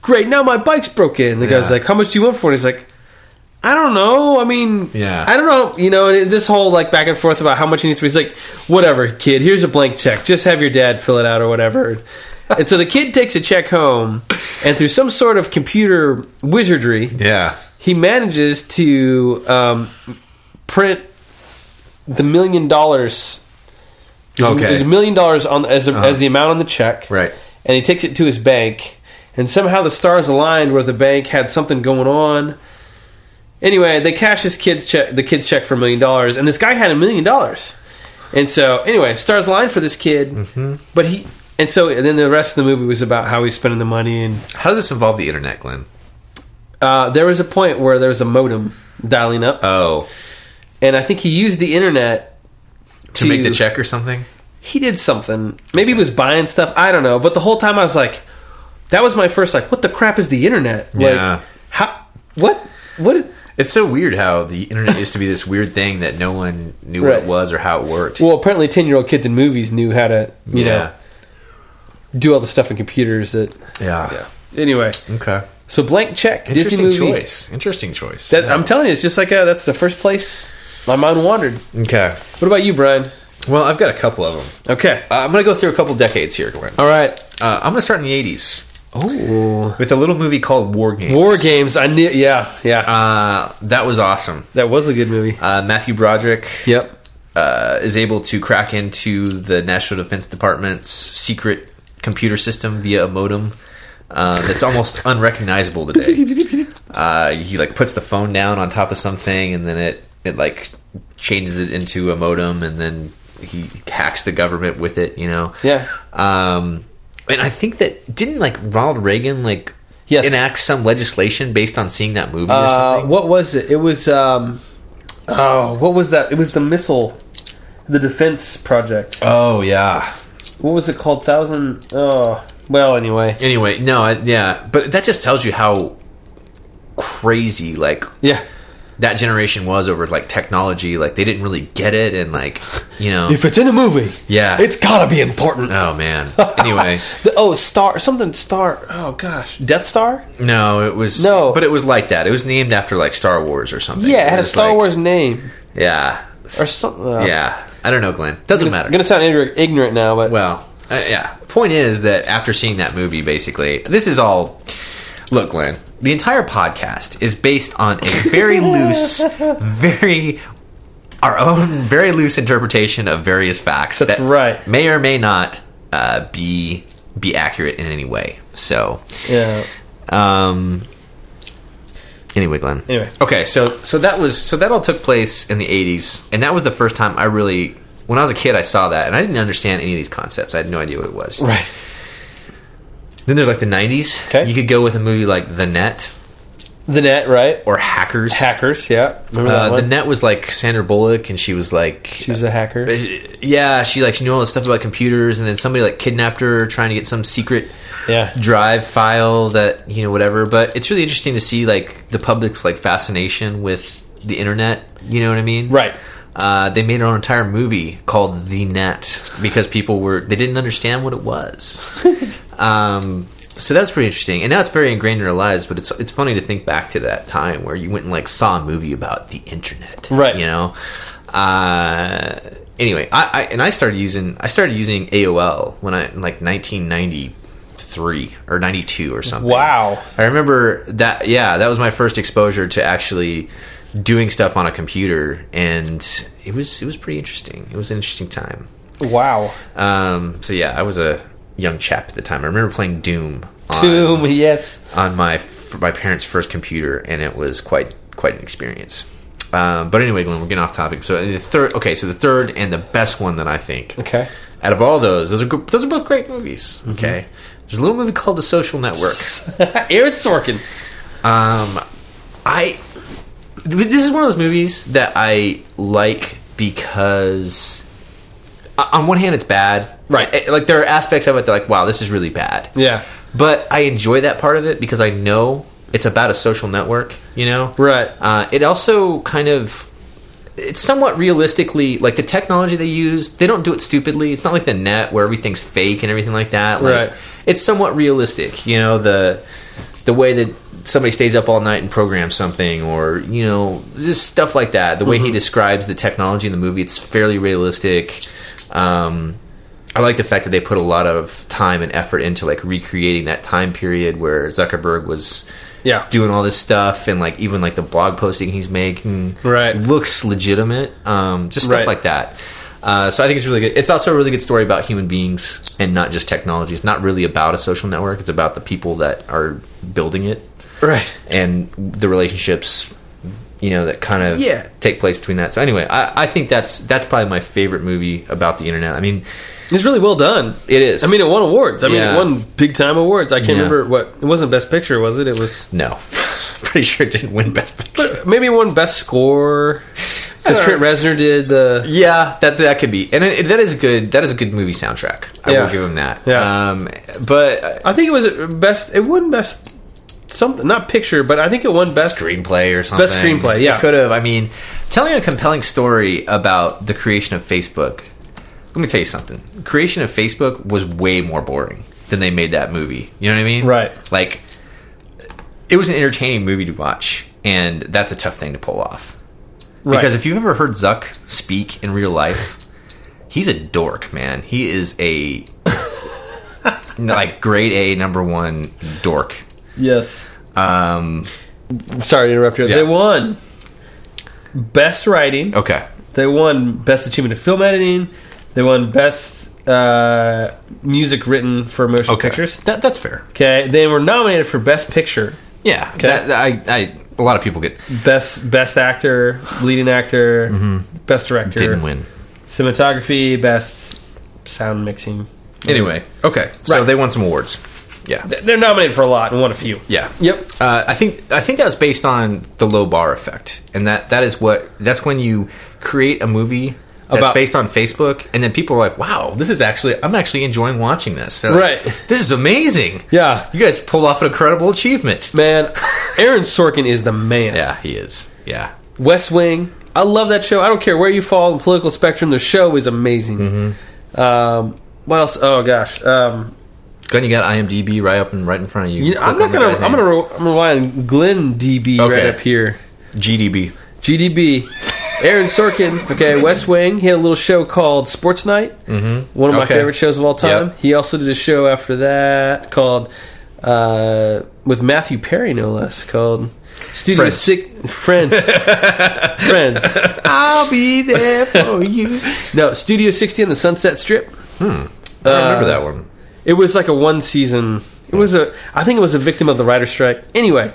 B: great now my bike's broken and the guy's
A: Yeah.
B: like how much do you want for it he's like I don't know. I mean,
A: Yeah.
B: I don't know. You know, and this whole like back and forth about how much he needs for. He's like, whatever, kid. Here's a blank check. Just have your dad fill it out or whatever. and so the kid takes a check home, and through some sort of computer wizardry,
A: Yeah.
B: he manages to um, print the million dollars. There's a-
A: Okay. Uh-huh.
B: there's a million dollars on as the, as the amount on the check.
A: Right.
B: And he takes it to his bank, and somehow the stars aligned where the bank had something going on. Anyway, they cash his kid's check, the kid's check for a million dollars, and this guy had a million dollars. And so, anyway, stars aligned for this kid,
A: Mm-hmm.
B: but he. And so, and then the rest of the movie was about how he's spending the money, and
A: How does this involve the internet, Glenn?
B: uh, there was a point where there was a modem dialing up,
A: Oh,
B: and I think he used the internet
A: to make the check or something?
B: He did something. Maybe he was buying stuff. I don't know. But the whole time I was like, that was my first like, what the crap is the internet?
A: Yeah.
B: Like, how? What? What? Is,
A: It's so weird how the internet used to be this weird thing that no one knew what
B: Right.
A: it was or how it worked.
B: well, apparently, ten year old kids in movies knew how to, you
A: yeah.
B: know, do all the stuff in computers that.
A: Yeah.
B: Yeah. Anyway,
A: Okay.
B: so blank check. Disney
A: Interesting
B: movie.
A: choice. Interesting choice.
B: That, um, I'm telling you, it's just like a, that's the first place my mind wandered. What
A: okay.
B: about you, Brian?
A: Well, I've got a couple of them.
B: Okay.
A: Uh, I'm going to go through a couple decades here, Glenn.
B: All right.
A: Uh, I'm going to start in the 80s.
B: Oh.
A: with a little movie called War Games.
B: War games. I knew. Yeah. Yeah.
A: Uh, that was awesome.
B: that was a good movie.
A: Uh, Matthew Broderick
B: Yep.
A: uh, is able to crack into the National Defense Department's secret computer system via a modem uh, that's almost unrecognizable today. Uh, he like puts the phone down on top of something, and then it it like changes it into a modem, and then he hacks the government with it. You know.
B: Yeah.
A: Um, and I think that didn't like Ronald Reagan like
B: Yes.
A: enact some legislation based on seeing that movie or
B: Uh,
A: something.
B: what was it? It was um, oh, what was that? It was the missile, the defense project.
A: Oh yeah.
B: What was it called? Thousand. Oh, well, anyway.
A: Anyway, no, I, yeah, but that just tells you how crazy like
B: Yeah.
A: that generation was over like technology. Like they didn't really get it, and like you know,
B: If it's in a movie,
A: Yeah.
B: it's gotta be important.
A: oh man. Anyway,
B: The- oh, Star something Star. Oh gosh, Death Star.
A: no, it was
B: No.
A: but it was like that. It was named after like Star Wars or something.
B: Yeah, it had a
A: was,
B: Star
A: like-
B: Wars name
A: Yeah,
B: or something. Uh,
A: yeah. I don't know, Glenn. Doesn't matter.
B: I'm gonna sound ignorant, ignorant now, but
A: Well, uh, yeah. Point is that after seeing that movie, basically, this is all. Look, Glenn, the entire podcast is based on a very loose, very. Our own very loose interpretation of various facts
B: That's right.
A: may or may not uh, be be accurate in any way. So,
B: yeah.
A: um, anyway, Glenn.
B: Anyway.
A: Okay, so so that was so that all took place in the '80s, and that was the first time I really, when I was a kid, I saw that, and I didn't understand any of these concepts. I had no idea what it was.
B: Right.
A: Then there's like the '90s.
B: Okay.
A: You could go with a movie like The Net
B: The Net, right?
A: or Hackers.
B: Hackers. Yeah. Remember that
A: Uh,
B: one?
A: the Net was like Sandra Bullock, and she was like
B: She was a hacker.
A: yeah, she like she knew all this stuff about computers, and then somebody like kidnapped her, trying to get some secret
B: Yeah.
A: drive file that you know whatever. But it's really interesting to see like the public's like fascination with the internet. You know what I mean?
B: Right.
A: Uh, they made an entire movie called The Net because people were they didn't understand what it was. um, so that's pretty interesting, and now it's very ingrained in our lives. But it's it's funny to think back to that time where you went and like saw a movie about the internet,
B: Right.
A: You know. Uh, anyway, I, I and I started using I started using AOL when I in like 1993 or 92 or something.
B: Wow.
A: I remember that. Yeah, that was my first exposure to actually doing stuff on a computer, and it was it was pretty interesting. It was an interesting time.
B: Wow.
A: Um, so yeah, I was a young chap at the time. I remember playing Doom on,
B: Doom. Yes.
A: on my f- my parents' first computer, and it was quite quite an experience. Um, but anyway, Glenn, we're getting off topic. So the third, okay, so the third and the best one that I think.
B: Okay.
A: Out of all those, those are gr- those are both great movies. Okay, there's a little movie called The Social Network.
B: Aaron Sorkin.
A: I this is one of those movies that I like because o- on one hand it's bad,
B: Right.
A: Eh, Like there are aspects of it that like wow this is really bad,
B: Yeah.
A: But I enjoy that part of it because I know it's about a social network, you know.
B: Right.
A: Uh, it also kind of it's somewhat realistically like the technology they use. They don't do it stupidly. It's not like the net where everything's fake and everything like that. Like,
B: Right.
A: It's somewhat realistic. You know the the way that somebody stays up all night and programs something, or you know just stuff like that. The way
B: Mm-hmm.
A: he describes the technology in the movie, it's fairly realistic. Um, I like the fact that they put a lot of time and effort into like recreating that time period where Zuckerberg was
B: Yeah.
A: doing all this stuff and like even like the blog posting he's making
B: Right.
A: looks legitimate um just stuff
B: Right.
A: like that uh, so I think it's really good. It's also a really good story about human beings and not just technology. It's not really about a social network. It's about the people that are building it
B: Right.
A: and the relationships, you know, that kind of
B: Yeah.
A: take place between that. So anyway, I, I think that's that's probably my favorite movie about the internet. I mean,
B: It's really well done.
A: It is.
B: I mean, it won awards. I mean,
A: Yeah.
B: it won big time awards. I can't
A: Yeah.
B: remember what it wasn't Best Picture, was it? It was
A: no, pretty sure it didn't win Best Picture.
B: maybe it won Best Score because
A: I
B: Trent
A: don't-
B: Reznor did the.
A: Yeah, that that could be, and it, that is a good that is a good movie soundtrack. I
B: Yeah.
A: will give him that.
B: Yeah.
A: um, but uh,
B: I think it was best. It won best something, not picture, but I think it won best.
A: screenplay or something.
B: screenplay, yeah.
A: could have. I mean, telling a compelling story about the creation of Facebook. Let me tell you something. Creation of Facebook was way more boring than they made that movie. You know what I mean?
B: Right.
A: Like, it was an entertaining movie to watch, and that's a tough thing to pull off.
B: Right.
A: Because if you've ever heard Zuck speak in real life, he's a dork, man. He is a like grade A number one dork.
B: yes.
A: Um,
B: Sorry to interrupt you.
A: Yeah. Oh.
B: They won best writing.
A: okay,
B: They won best achievement of film editing. They won best uh, music written for motion
A: okay,
B: pictures.
A: That, that's fair.
B: Okay, they were nominated for best picture.
A: Yeah, that, that- I, I a lot of people get
B: Best best actor, leading actor, best director,
A: Mm-hmm. didn't win.
B: cinematography, best sound mixing.
A: Anyway, okay, so
B: Right.
A: they won some awards. Yeah,
B: Th- They're nominated for a lot and won a few.
A: yeah,
B: Yep.
A: Uh, I think I think that was based on the low bar effect, and that that is what that's when you create a movie that's
B: About-
A: based on Facebook, and then people are like, "Wow, this is actually I'm actually enjoying watching this." They're like,
B: Right.
A: this is amazing.
B: Yeah.
A: you guys pulled off an incredible achievement.
B: Man, Aaron Sorkin is the man.
A: Yeah, he is. Yeah,
B: West Wing. I love that show. I don't care where you fall in the political spectrum. The show is amazing.
A: Mm-hmm.
B: Um, what else? Oh gosh. Um,
A: Glenn, you got IMDb right up and right in front of you.
B: you know, I'm
A: Click
B: not
A: on the
B: gonna.
A: guy's
B: I'm
A: name.
B: gonna. Re- I'm gonna rely on Glenn DB
A: Okay.
B: right up here.
A: GDB.
B: GDB. Aaron Sorkin. Okay, West Wing. He had a little show called Sports Night. Mm-hmm. One of my
A: Okay.
B: favorite shows of all time.
A: Yep.
B: He also did a show after that called uh, with Matthew Perry, no less, called Studio
A: Friends.
B: Six Friends. Friends.
A: I'll be there for you. Hmm.
B: No, Studio 60 on the Sunset Strip. Uh,
A: I remember that one.
B: It was like a one season. It was a. I think it was a victim of the writer's strike. Anyway,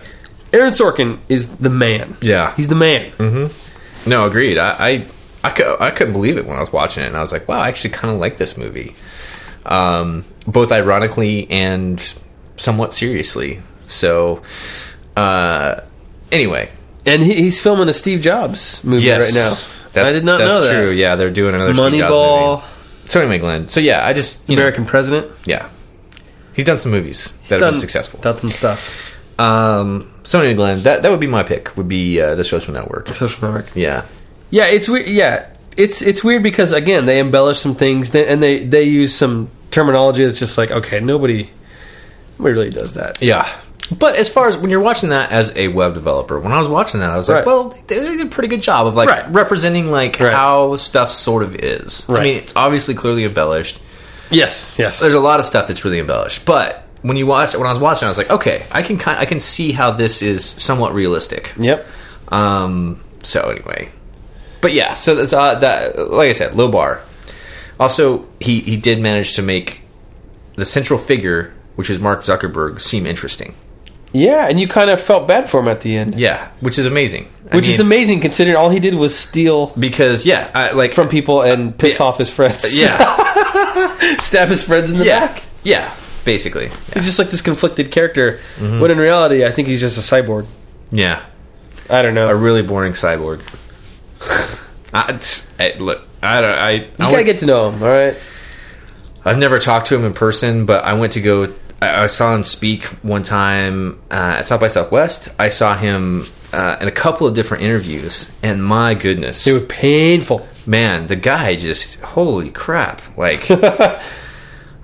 B: Aaron Sorkin is the man.
A: Yeah.
B: he's the man.
A: No, agreed. I I, I, cou- I couldn't believe it when I was watching it, and I was like, wow, I actually kind of like this movie, um, both ironically and somewhat seriously. So, uh, anyway,
B: And he, he's filming a Steve Jobs movie
A: yes,
B: right now.
A: That's,
B: I did not
A: that's
B: know
A: True. Yeah, they're doing another
B: that.
A: Steve Jobs
B: Moneyball,
A: movie. So anyway, Glenn. So yeah, I just you
B: American President.
A: Know, yeah, he's done some movies that have
B: Done-
A: been successful.
B: Done some stuff.
A: Um, so anyway, Glenn, that that would be my pick. Would be uh, the Social Network.
B: Social network.
A: Yeah.
B: Yeah, it's weird. Yeah, it's it's weird because again they embellish some things th- and they they use some terminology that's just like okay nobody nobody really does that.
A: Yeah. But as far as when you're watching that as a web developer, when I was watching that, I was like,
B: Right.
A: well, they, they did a pretty good job of like
B: Right.
A: representing like
B: Right.
A: how stuff sort of is. I
B: Right.
A: mean, it's obviously clearly embellished.
B: Yes, yes.
A: There's a lot of stuff that's really embellished, but when you watch when I was watching, I was like, okay, I can kind I can see how this is somewhat realistic.
B: Yep.
A: Um. So anyway, but yeah. So that's uh, that. Like I said, low bar. Also, he he did manage to make the central figure, which is Mark Zuckerberg, seem interesting.
B: Yeah, and you kind of felt bad for him at the end.
A: Yeah, which is amazing. I
B: Which is
A: mean,
B: amazing considering all he did was steal
A: because yeah, I, like
B: from people and piss off his friends.
A: yeah,
B: Stab his friends in the
A: yeah,
B: back.
A: yeah, basically, yeah.
B: He's just like this conflicted character.
A: Mm-hmm.
B: When in reality, I think he's just a cyborg.
A: yeah,
B: I don't know.
A: a really boring cyborg. I, t- I- look, I don't, I,
B: you
A: I
B: gotta
A: went-
B: get to know him, all right?
A: I've never talked to him in person, but I went to go. I, I saw him speak one time uh, at South by Southwest. I saw him uh, in a couple of different interviews, and my goodness,
B: They were painful.
A: man, the guy just holy crap! Like,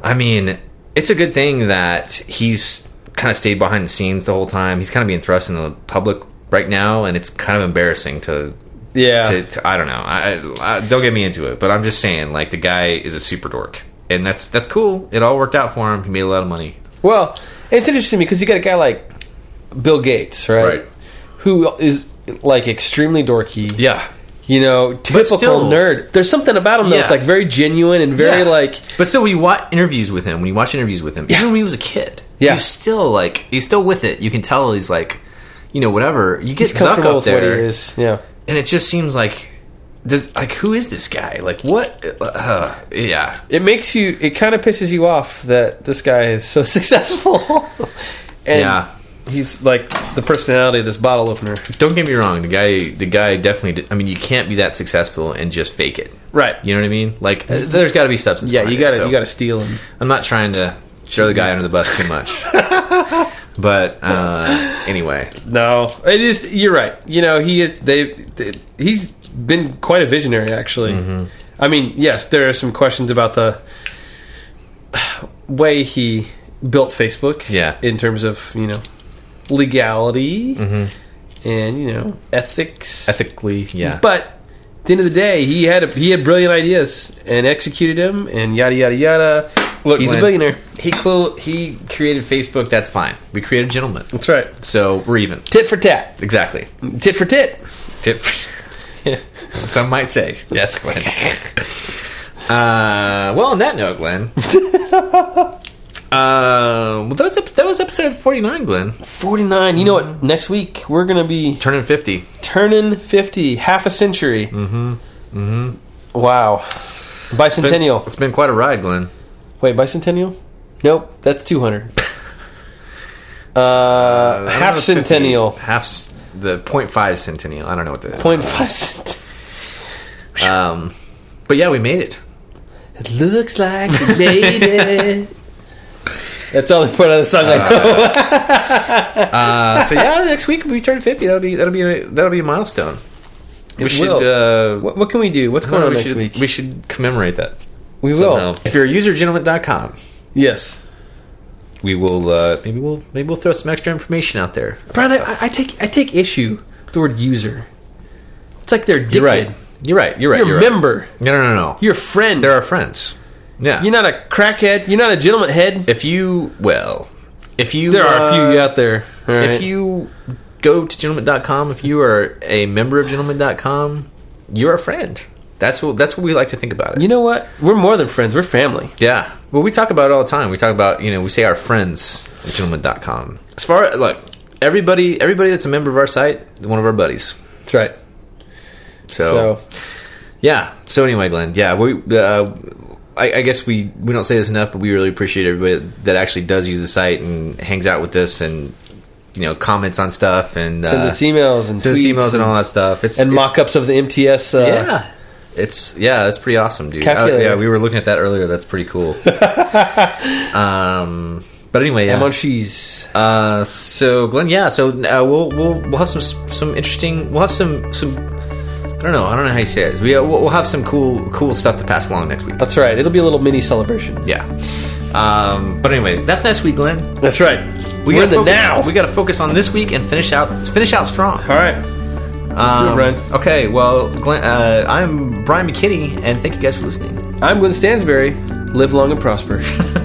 A: I mean, it's a good thing that he's kind of stayed behind the scenes the whole time. He's kind of being thrust in the public right now, and it's kind of embarrassing to.
B: Yeah.
A: To, to, I don't know. I, I, don't get me into it, but I'm just saying, like the guy is a super dork, and that's that's cool. It all worked out for him. He made a lot of money.
B: Well, it's interesting because you got a guy like Bill Gates, right?
A: Right.
B: Who is like extremely dorky.
A: Yeah,
B: You know, typical
A: still-
B: nerd. There's something about him that's
A: Yeah.
B: like very genuine and very
A: Yeah.
B: like
A: But still, when you watch interviews with him, when you watch interviews with him, even when he was a kid,
B: Yeah.
A: he's still like he's still with it. You can tell he's like, you know, whatever. You get Zuck
B: comfortable
A: up
B: with what he
A: there,
B: is. Yeah.
A: and it just seems like, does like who is this guy? Like what? Uh, yeah,
B: it makes you it kind of pisses you off that this guy is so successful and
A: Yeah.
B: he's like the personality of this bottle opener
A: don't get me wrong. The guy, the guy definitely. Did, I mean, you can't be that successful and just fake it.
B: right
A: You know what I mean? Like, uh, there's got to be substance.
B: yeah
A: behind
B: you
A: it,
B: gotta
A: so.
B: you gotta steal him
A: I'm not trying to throw the guy under the bus too much, but uh, anyway,
B: no it is you're right you know he is they, they he's been quite a visionary actually i mean yes there are some questions about the way he built facebook
A: Yeah.
B: in terms of you know legality and you know ethics
A: ethically, yeah.
B: But at the end of the day, he had a, he had brilliant ideas and executed them, and yada yada yada.
A: Look,
B: he's
A: Glenn,
B: a billionaire.
A: He clo- he created Facebook. That's fine. We created gentlemen,
B: That's right.
A: so we're even.
B: Tit for tat.
A: Exactly.
B: Tit for tit.
A: Tip. Some might say yes, Glenn. uh, well, on that note, Glenn. Uh, well, that was, ep- that was episode 49, Glenn.
B: 49. You know what? Next week we're gonna be
A: Turning 50.
B: turning 50, half a century. Mm-hmm. Mm-hmm. Wow. Bicentennial.
A: It's been quite a ride,
B: Uh,
A: Glenn.
B: Wait, bicentennial? Nope, that's
A: I
B: 200. Uh,
A: don't know
B: half
A: if it's 50.
B: centennial.
A: Half s- the 0.5 centennial. I don't know what the
B: Point five cent.
A: Um, but yeah, we made it.
B: It looks like we made it. That's all they put on the song. Like,
A: Uh, so yeah, next week we turn 50. That'll be that'll be a, that'll be a milestone. We
B: It
A: should
B: will.
A: uh,
B: what, what can we do? What's going on
A: we
B: next
A: should,
B: week?
A: We should commemorate that.
B: We
A: somehow.
B: will.
A: If you're a user of gentleman.com,
B: Yes.
A: we will uh, maybe we'll maybe we'll throw some extra information out there.
B: Brian, I- I, I take I take issue with the word user. It's like they're addicted.
A: You're right. You're right. You're right.
B: You're
A: You're
B: a
A: right.
B: member.
A: No, no, no, no.
B: You're a friend.
A: They're our friends. Yeah.
B: You're not a crackhead. You're not a gentleman head.
A: if you well, if you
B: There are a
A: uh,
B: few out there. all right?
A: If you go to gentleman.com, if you are a member of gentleman.com, you're a friend. That's what that's what we like to think about it.
B: you know what, we're more than friends. We're family.
A: Yeah. Well, we talk about it all the time. We talk about, you know, we say our friends at gentleman.com. As far look, everybody everybody that's a member of our site, is one of our buddies.
B: That's right.
A: So, yeah. So anyway, Glenn, yeah, we uh, I, I guess we we don't say this enough, but we really appreciate everybody that actually does use the site and hangs out with us and you know, comments on stuff and
B: send
A: uh,
B: us emails and
A: send us
B: tweets
A: emails and, all that stuff. It's
B: and
A: it's-
B: mock-ups of the MTS. Uh,
A: yeah. It's yeah, that's pretty awesome, dude. Uh,
B: Calculator.
A: yeah, we were looking at that earlier. That's pretty cool. um, but anyway, yeah.
B: I'm on cheese.
A: Uh, so Glenn, yeah, so uh, we'll we'll we'll have some some interesting. We'll have some some. I don't know. I don't know how you say it. We uh, we'll we'll have some cool cool stuff to pass along next week.
B: That's right. It'll be a little mini celebration.
A: Yeah. Um, but anyway, that's next week, Glenn.
B: That's right.
A: We
B: are
A: gotta
B: in the
A: focus-
B: now.
A: We got to focus on this week and finish out finish out strong.
B: all right. Let's do it,
A: Um,
B: Brian.
A: Okay. Well, Glenn, uh, I'm Brian McKinney, and thank you guys for listening.
B: I'm Glenn Stansberry. Live long and prosper.